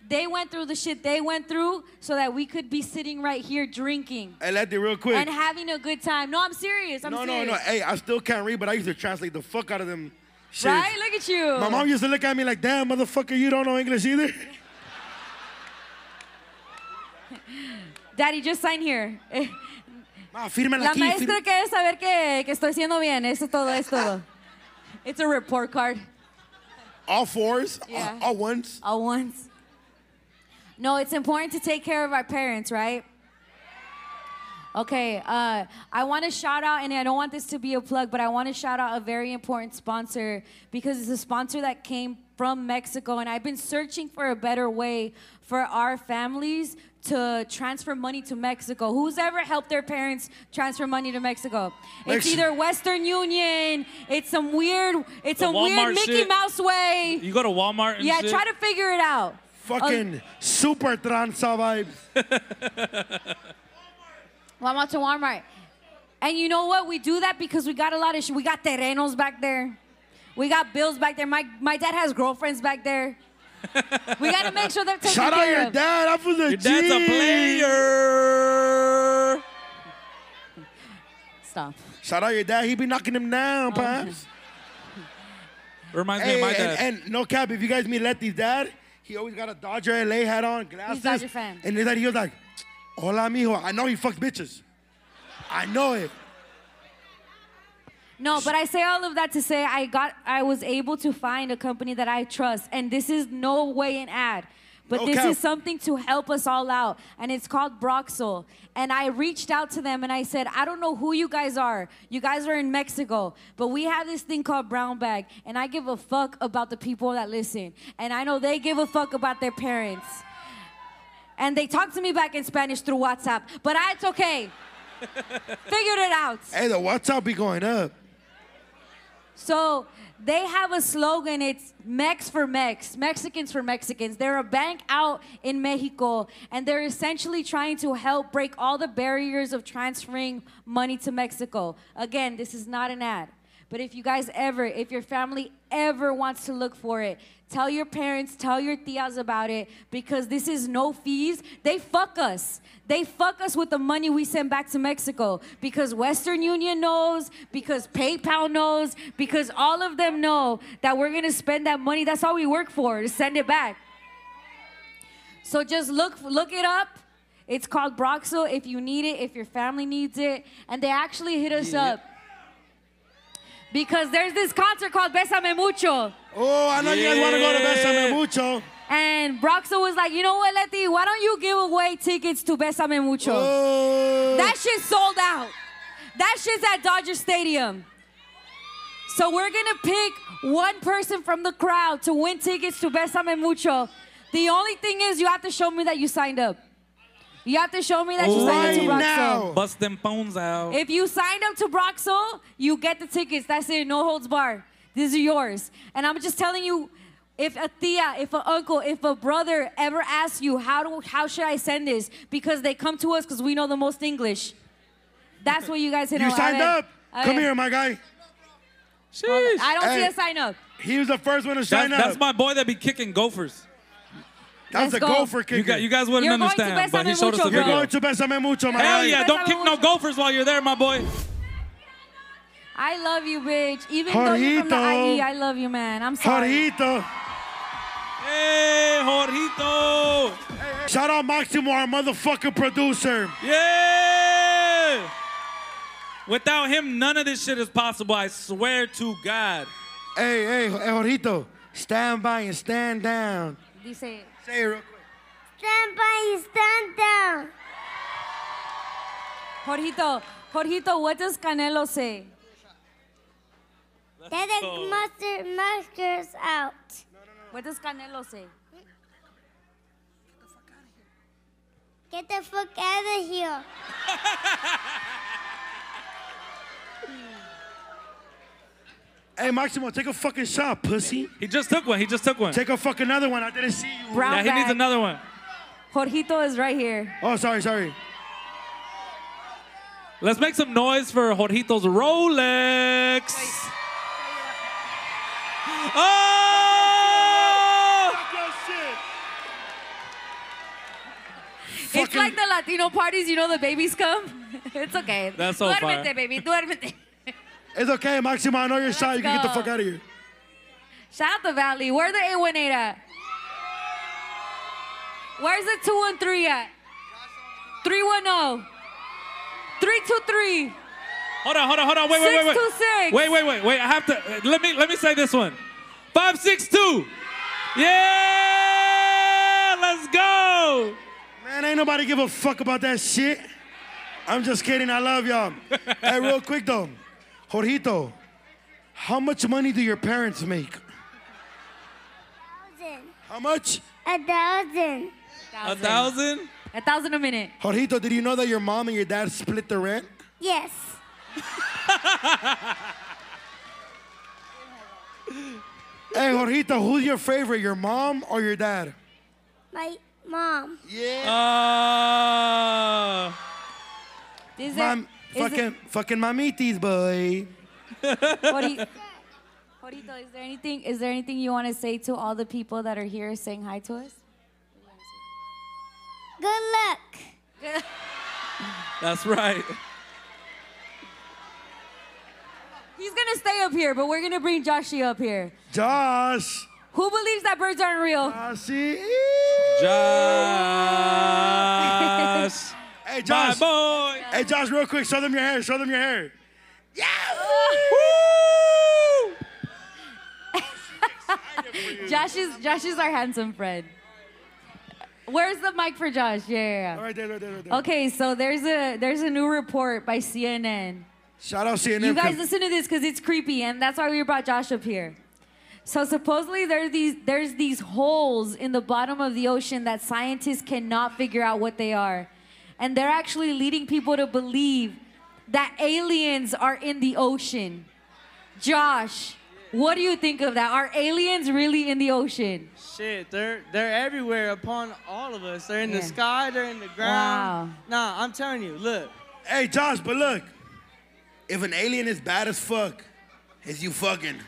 They went through the shit they went through so that we could be sitting right here drinking Hey, Letty, real quick. and having a good time. No, I'm serious. I'm no, no, serious. no. Hey, I still can't read, but I used to translate the fuck out of them. Shit. Right? Look at you. My mom used to look at me like, damn, motherfucker, you don't know English either. Daddy, just sign here. Ma, fírmela La aquí. maestra fir- quiere saber que, que estoy haciendo bien. Eso es todo, es todo. It's a report card. All fours, Yeah. all, all ones. All once. No, it's important to take care of our parents, right? Okay, uh, I want to shout out, and I don't want this to be a plug, but I want to shout out a very important sponsor because it's a sponsor that came from Mexico, and I've been searching for a better way for our families to transfer money to Mexico. Who's ever helped their parents transfer money to Mexico? It's Mex- either Western Union, it's some weird, it's The a weird Walmart Mickey shit. Mouse way. You go to Walmart and Yeah, shit. try to figure it out. Fucking Oh. super tranza vibes. Walmart to Walmart. And you know what? We do that because we got a lot of shit. We got terrenos back there. We got bills back there. My my dad has girlfriends back there. we gotta make sure they're taken Shout out care your of. dad. I was a Your dad's a G. player. Stop. Shout out your dad. He be knocking him down, Oh, perhaps. Reminds me Hey, of my dad. and, and no cap, if you guys meet Letty's dad, he always got a Dodger LA hat on, glasses. Dodger fan. And then he was like, hola, mijo. I know he fucks bitches. I know it. No, but I say all of that to say I got I was able to find a company that I trust, and this is no way an ad. But No this cap. is something to help us all out, and it's called Broxel. And I reached out to them and I said, I don't know who you guys are. You guys are in Mexico, but we have this thing called Brown Bag, and I give a fuck about the people that listen. And I know they give a fuck about their parents. And they talk to me back in Spanish through WhatsApp, but I, it's okay. Figured it out. Hey, the WhatsApp be going up. So they have a slogan. It's Mex for Mex, Mexicans for Mexicans. They're a bank out in Mexico, and they're essentially trying to help break all the barriers of transferring money to Mexico. Again, this is not an ad. But if you guys ever, if your family ever wants to look for it, tell your parents, tell your tias about it because this is no fees. They fuck us. They fuck us with the money we send back to Mexico because Western Union knows, because PayPal knows, because all of them know that we're gonna spend that money. That's all we work for, to send it back. So just look look it up. It's called Broxel if you need it, if your family needs it. And they actually hit us up. Because there's this concert called Besame Mucho. Oh, I know you guys want to go to Yeah. Besame Mucho. And Broxel was like, you know what, Letty, why don't you give away tickets to Besame Mucho? Oh. That shit sold out. That shit's at Dodger Stadium. So we're gonna pick one person from the crowd to win tickets to Besame Mucho. The only thing is, you have to show me that you signed up. You have to show me that you signed up to Right Broxel. now. Bust them phones out. If you signed up to Broxel, you get the tickets. That's it, no holds bar. These are yours. And I'm just telling you, If a tia, if an uncle, if a brother ever asks you, how, do, how should I send this? Because they come to us because we know the most English. That's what you guys hit You on. A signed ver, up. a Come ver. here, my guy. Sheesh. I don't see Hey. a sign up. He was the first one to That's, sign that's up. my boy that be kicking gophers. Let's that's a go. gopher kicker. You, got, you guys wouldn't You're going to understand, Best but he Avenue showed us a Mucho, You're bro. video. going to Besame Mucho, my Hell guy. yeah! Best Don't Avenue kick no Mucho. gophers while you're there, my boy. I love you, bitch. Even though you're from the Jorgito. IE, I love you, man. I'm sorry. Jorgito. Hey, Jorgito! Shout out Maximo, our motherfucking producer. Yeah! Without him, none of this shit is possible. I swear to God. Hey, hey, hey, Jorgito. Stand by and stand down. Dice, Say it real quick. Stand by and stand down. Jorgito, Jorgito, what does Canelo say? Let the mustard muskers out. What does Canelo say? Get the fuck out of here. Hey, Maximo, take a fucking shot, pussy. He just took one. He just took one. Take a fucking another one. I didn't see you. Brown yeah, he bag. needs another one. Jorgito is right here. Oh, sorry, sorry. Let's make some noise for Jorgito's Rolex. Oh! It's like the Latino parties, you know, the babies come. it's okay. That's so Duérmete, fire. baby. Duérmete. It's okay, Maximo. I know your shot. You can get the go. fuck out of here. Shout out the Valley. Where the 818 at? Where's the 213 at? oh. 310. 323. Hold on, hold on, hold on. Wait, wait, wait, wait. 626. Wait, wait, wait, wait. I have to. uh, Let me let me say this one. Five six two. Yeah, let's go. Man, ain't nobody give a fuck about that shit. I'm just kidding. I love y'all. hey, real quick though, Jorgito, how much money do your parents make? Thousand. How much? A thousand. A thousand. A thousand a minute. Jorgito, did you know that your mom and your dad split the rent? Yes. Hey, Jorgito, who's your favorite, your mom or your dad? My mom. Uh, Is it- Mom, is it- fucking, fucking mamitis, boy. Jori- Jorito, is there anything is there anything you want to say to all the people that are here saying hi to us? Good luck. that's right. He's gonna stay up here, but we're gonna bring Joshi up here. Josh. Who believes that birds aren't real? Josh. Josh, Hey, my Josh. boy. Hey, Josh, real quick, show them your hair. Show them your hair. Woo! Josh is Josh is our handsome friend. Where's the mic for Josh? Yeah, yeah, All yeah. right, there, there, there, there. Okay, so there's a there's a new report by CNN. Shout out CNN. You guys Cause- listen to this because it's creepy, and that's why we brought Josh up here. So supposedly there are these there's these holes in the bottom of the ocean that scientists cannot figure out what they are, and they're actually leading people to believe that aliens are in the ocean. Josh, what do you think of that? Are aliens really in the ocean? Shit, they're they're everywhere upon all of us. They're in Yeah. the sky, they're in the ground. Wow. Nah, I'm telling you, look. Hey, Josh, but look, if an alien is bad as fuck, is you fucking?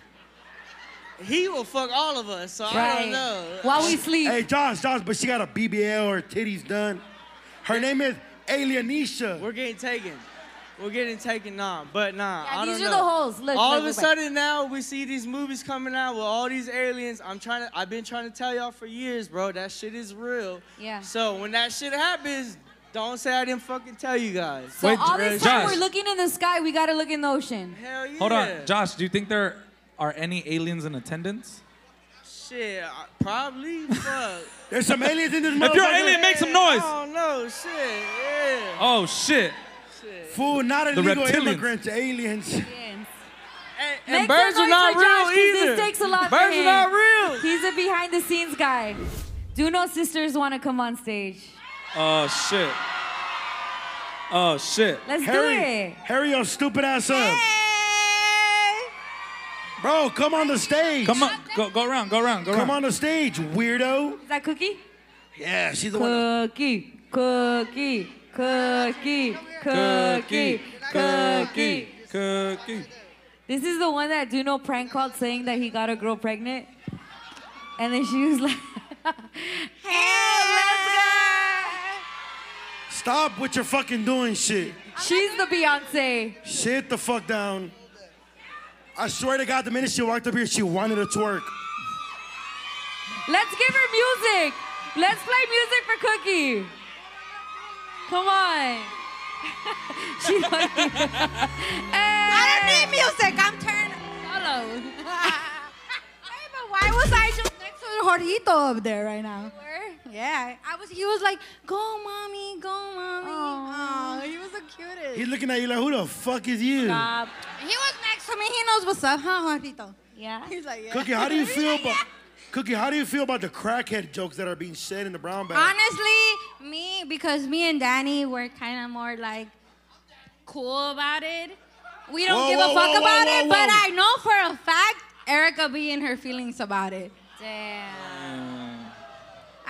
He will fuck all of us, so I don't know. While we sleep. Hey, Josh, Josh, but she got a BBL or titties done. Her name is Alienisha. We're getting taken. We're getting taken now, but nah, Yeah, I these don't are know. the holes. Look, all look, of look, a look. sudden now we see these movies coming out with all these aliens. I'm trying to. I've been trying to tell y'all for years, bro. That shit is real. Yeah. So when that shit happens, don't say I didn't fucking tell you guys. So Wait, all this time Josh. we're looking in the sky, we gotta look in the ocean. Hell yeah. Hold on, Josh. Do you think there are any aliens in attendance? Shit, I- probably. Fuck. There's some aliens in this motherfucker. If you're an alien, make some noise. I don't know. Shit. Yeah. Oh shit! Fool, not illegal reptilians. immigrants, aliens. And, Make and birds some are not noise for real Josh, 'cause either. This takes a lot for birds him. are not real. He's a behind the scenes guy. Do no sisters want to come on stage? Oh shit! Oh shit! Let's do Harry, it. Harry, your stupid ass up. Bro, come on the stage. Come on, go go around, go around, go Come around. on the stage, weirdo. Is that Cookie? Yeah, she's the one. Cookie, cookie, cookie, cookie, cookie. cookie. This is the one that Duno prank called saying that he got a girl pregnant. And then she was like, Stop with your fucking doing shit. she's the Beyonce. Sit the fuck down. I swear to God, the minute she walked up here, she wanted to twerk. Let's give her music. Let's play music for Cookie. Come on. She's like, I don't need music. I'm turned. Solo. but why was I just next to Jorito up there right now? Were? Yeah, I was. He was like, "Go, mommy, go, mommy." Oh, he was the cutest. He's looking at you like, who the fuck is you? Stop. He was next to me. He knows what's up, huh, Jorito? Yeah. He's like, yeah. Cookie, how do you feel about Cookie, how do you feel about the crackhead jokes that are being said in the brown bag? Honestly, me because me and Danny were kind of more like cool about it. We don't Whoa, give whoa, a fuck whoa, about whoa, it, whoa, but whoa. I know for a fact Erica be in her feelings about it. Damn.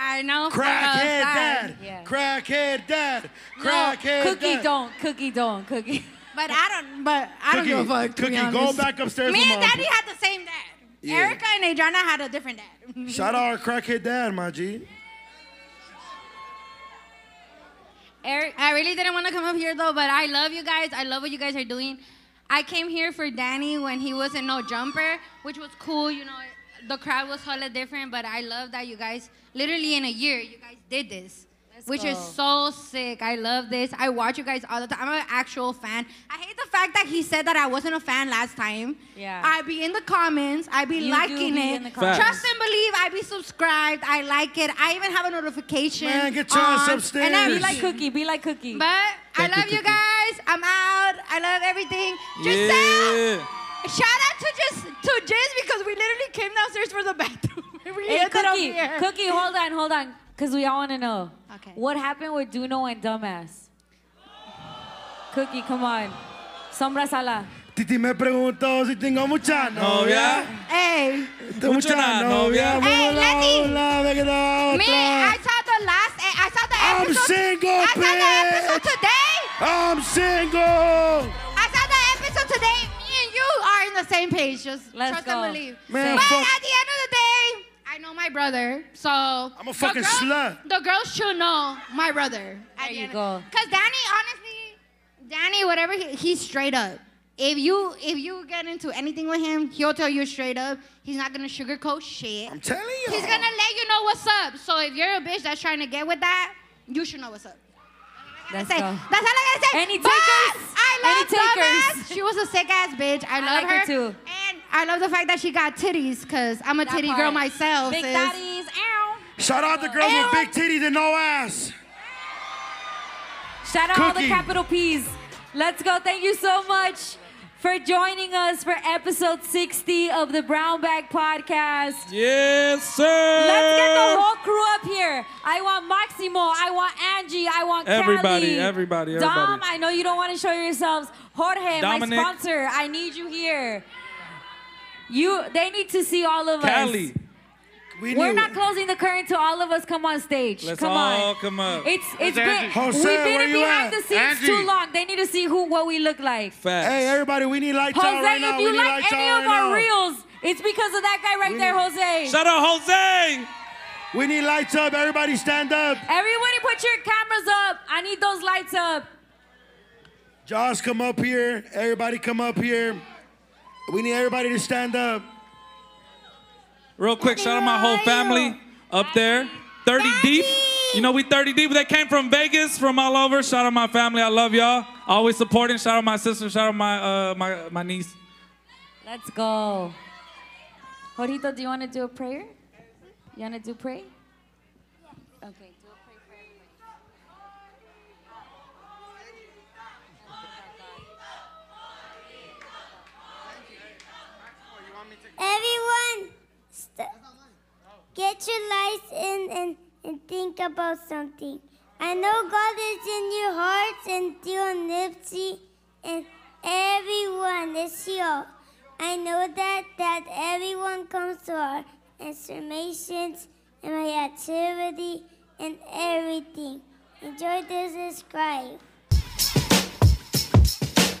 I know for a Crackhead fact. dad, crackhead dad, crackhead Cookie dad. don't. Cookie don't. Cookie. But I don't. But I Cookie, don't give a fuck. to be Cookie, go honest. back upstairs Me with and Mom. Daddy had the same dad. Yeah. Erica and Adriana had a different dad. Shout out our crackhead dad, my G. Eric, I really didn't want to come up here though, but I love you guys. I love what you guys are doing. I came here for Danny when he was in no jumper, which was cool. You know, the crowd was hella different, but I love that you guys, literally in a year, you guys did this, which is so sick. I love this. I watch you guys all the time. I'm an actual fan. I hate the fact that he said that I wasn't a fan last time. Yeah. I be in the comments. I be You do liking be it. in the comments. Trust and believe. I be subscribed. I like it. I even have a notification. Man, get your ass on, upstairs. And I Be be like Cookie. Be like Cookie. but Thank I you, love you Cookie. guys. I'm out. I love everything. Giselle, Yeah. shout out to just to Jizz because we literally came downstairs for the bathroom. we Hey, ended up Cookie. here. Cookie, hold on, hold on. Because we all want to know. Okay. What happened with Duno and Dumbass? Cookie, come on. Sombra Sala. Titi me preguntó si tengo mucha Oh, novia. Hey, Tengo mucha novia. Hey, Hola, Lenny. hola, me queda me, otra. I saw the last. e, I saw the I'm episode. single, I saw the bitch. episode today. I'm single. I saw the episode today. Me and you are in the same page. Just Let's trust go. and believe. Man, but fuck- at the end of the day, I know my brother. So I'm a fucking slut. The girls should know my brother. There you go. Cause Danny, honestly, Danny, whatever he, he's straight up. If you if you get into anything with him, he'll tell you straight up. He's not gonna sugarcoat shit. I'm telling you. He's gonna let you know what's up. So if you're a bitch that's trying to get with that, you should know what's up. Let's Say- go. That's all I gotta say. Any But takers? Any I love takers? dumbass. She was a sick ass bitch. I love like her too. And I love the fact that she got titties, cause I'm a That titty part. girl myself. Big sis. daddies. Ow. Shout out the girls with big titties and no ass. Shout out all the Cookie. capital P's. Let's go. Thank you so much for joining us for episode 60 of the Brown Bag Podcast. Yes, sir. Let's get the whole crew up here. I want Maximo. I want Angie. I want Everybody, Callie. everybody, Dom, everybody. I know you don't want to show yourselves. Jorge, Dominic. my sponsor. I need you here. You. They need to see all of Cali. us. We We're knew. not closing the curtain till all of us come on stage. Let's come all on. come up. It's it's Angie? been Jose, we've where been you at? behind the scenes Angie. too long. They need to see who what we look like. Facts. Hey, everybody, we need lights Jose, out right now. if we you need like lights any out of right our now. reels, it's because of that guy right there, Jose. Shout out Jose. We need lights up. Everybody stand up. Everybody put your cameras up. I need those lights up. Josh, come up here. Everybody, come up here. We need everybody to stand up. Real quick, shout out my whole family up there. 30 deep. You know, we 30 deep. They came from Vegas, from all over. Shout out my family. I love y'all. Always supporting. Shout out my sister. Shout out my uh, my my niece. Let's go. Jorito, do you want to do a prayer? You want to do pray? Okay. do a prayer for everybody. Everyone, st- get your lights in and, and think about something. I know God is in your hearts and through Nipsey and everyone is here. I know that that everyone comes to our instructions and my activity and everything. Enjoy this subscribe.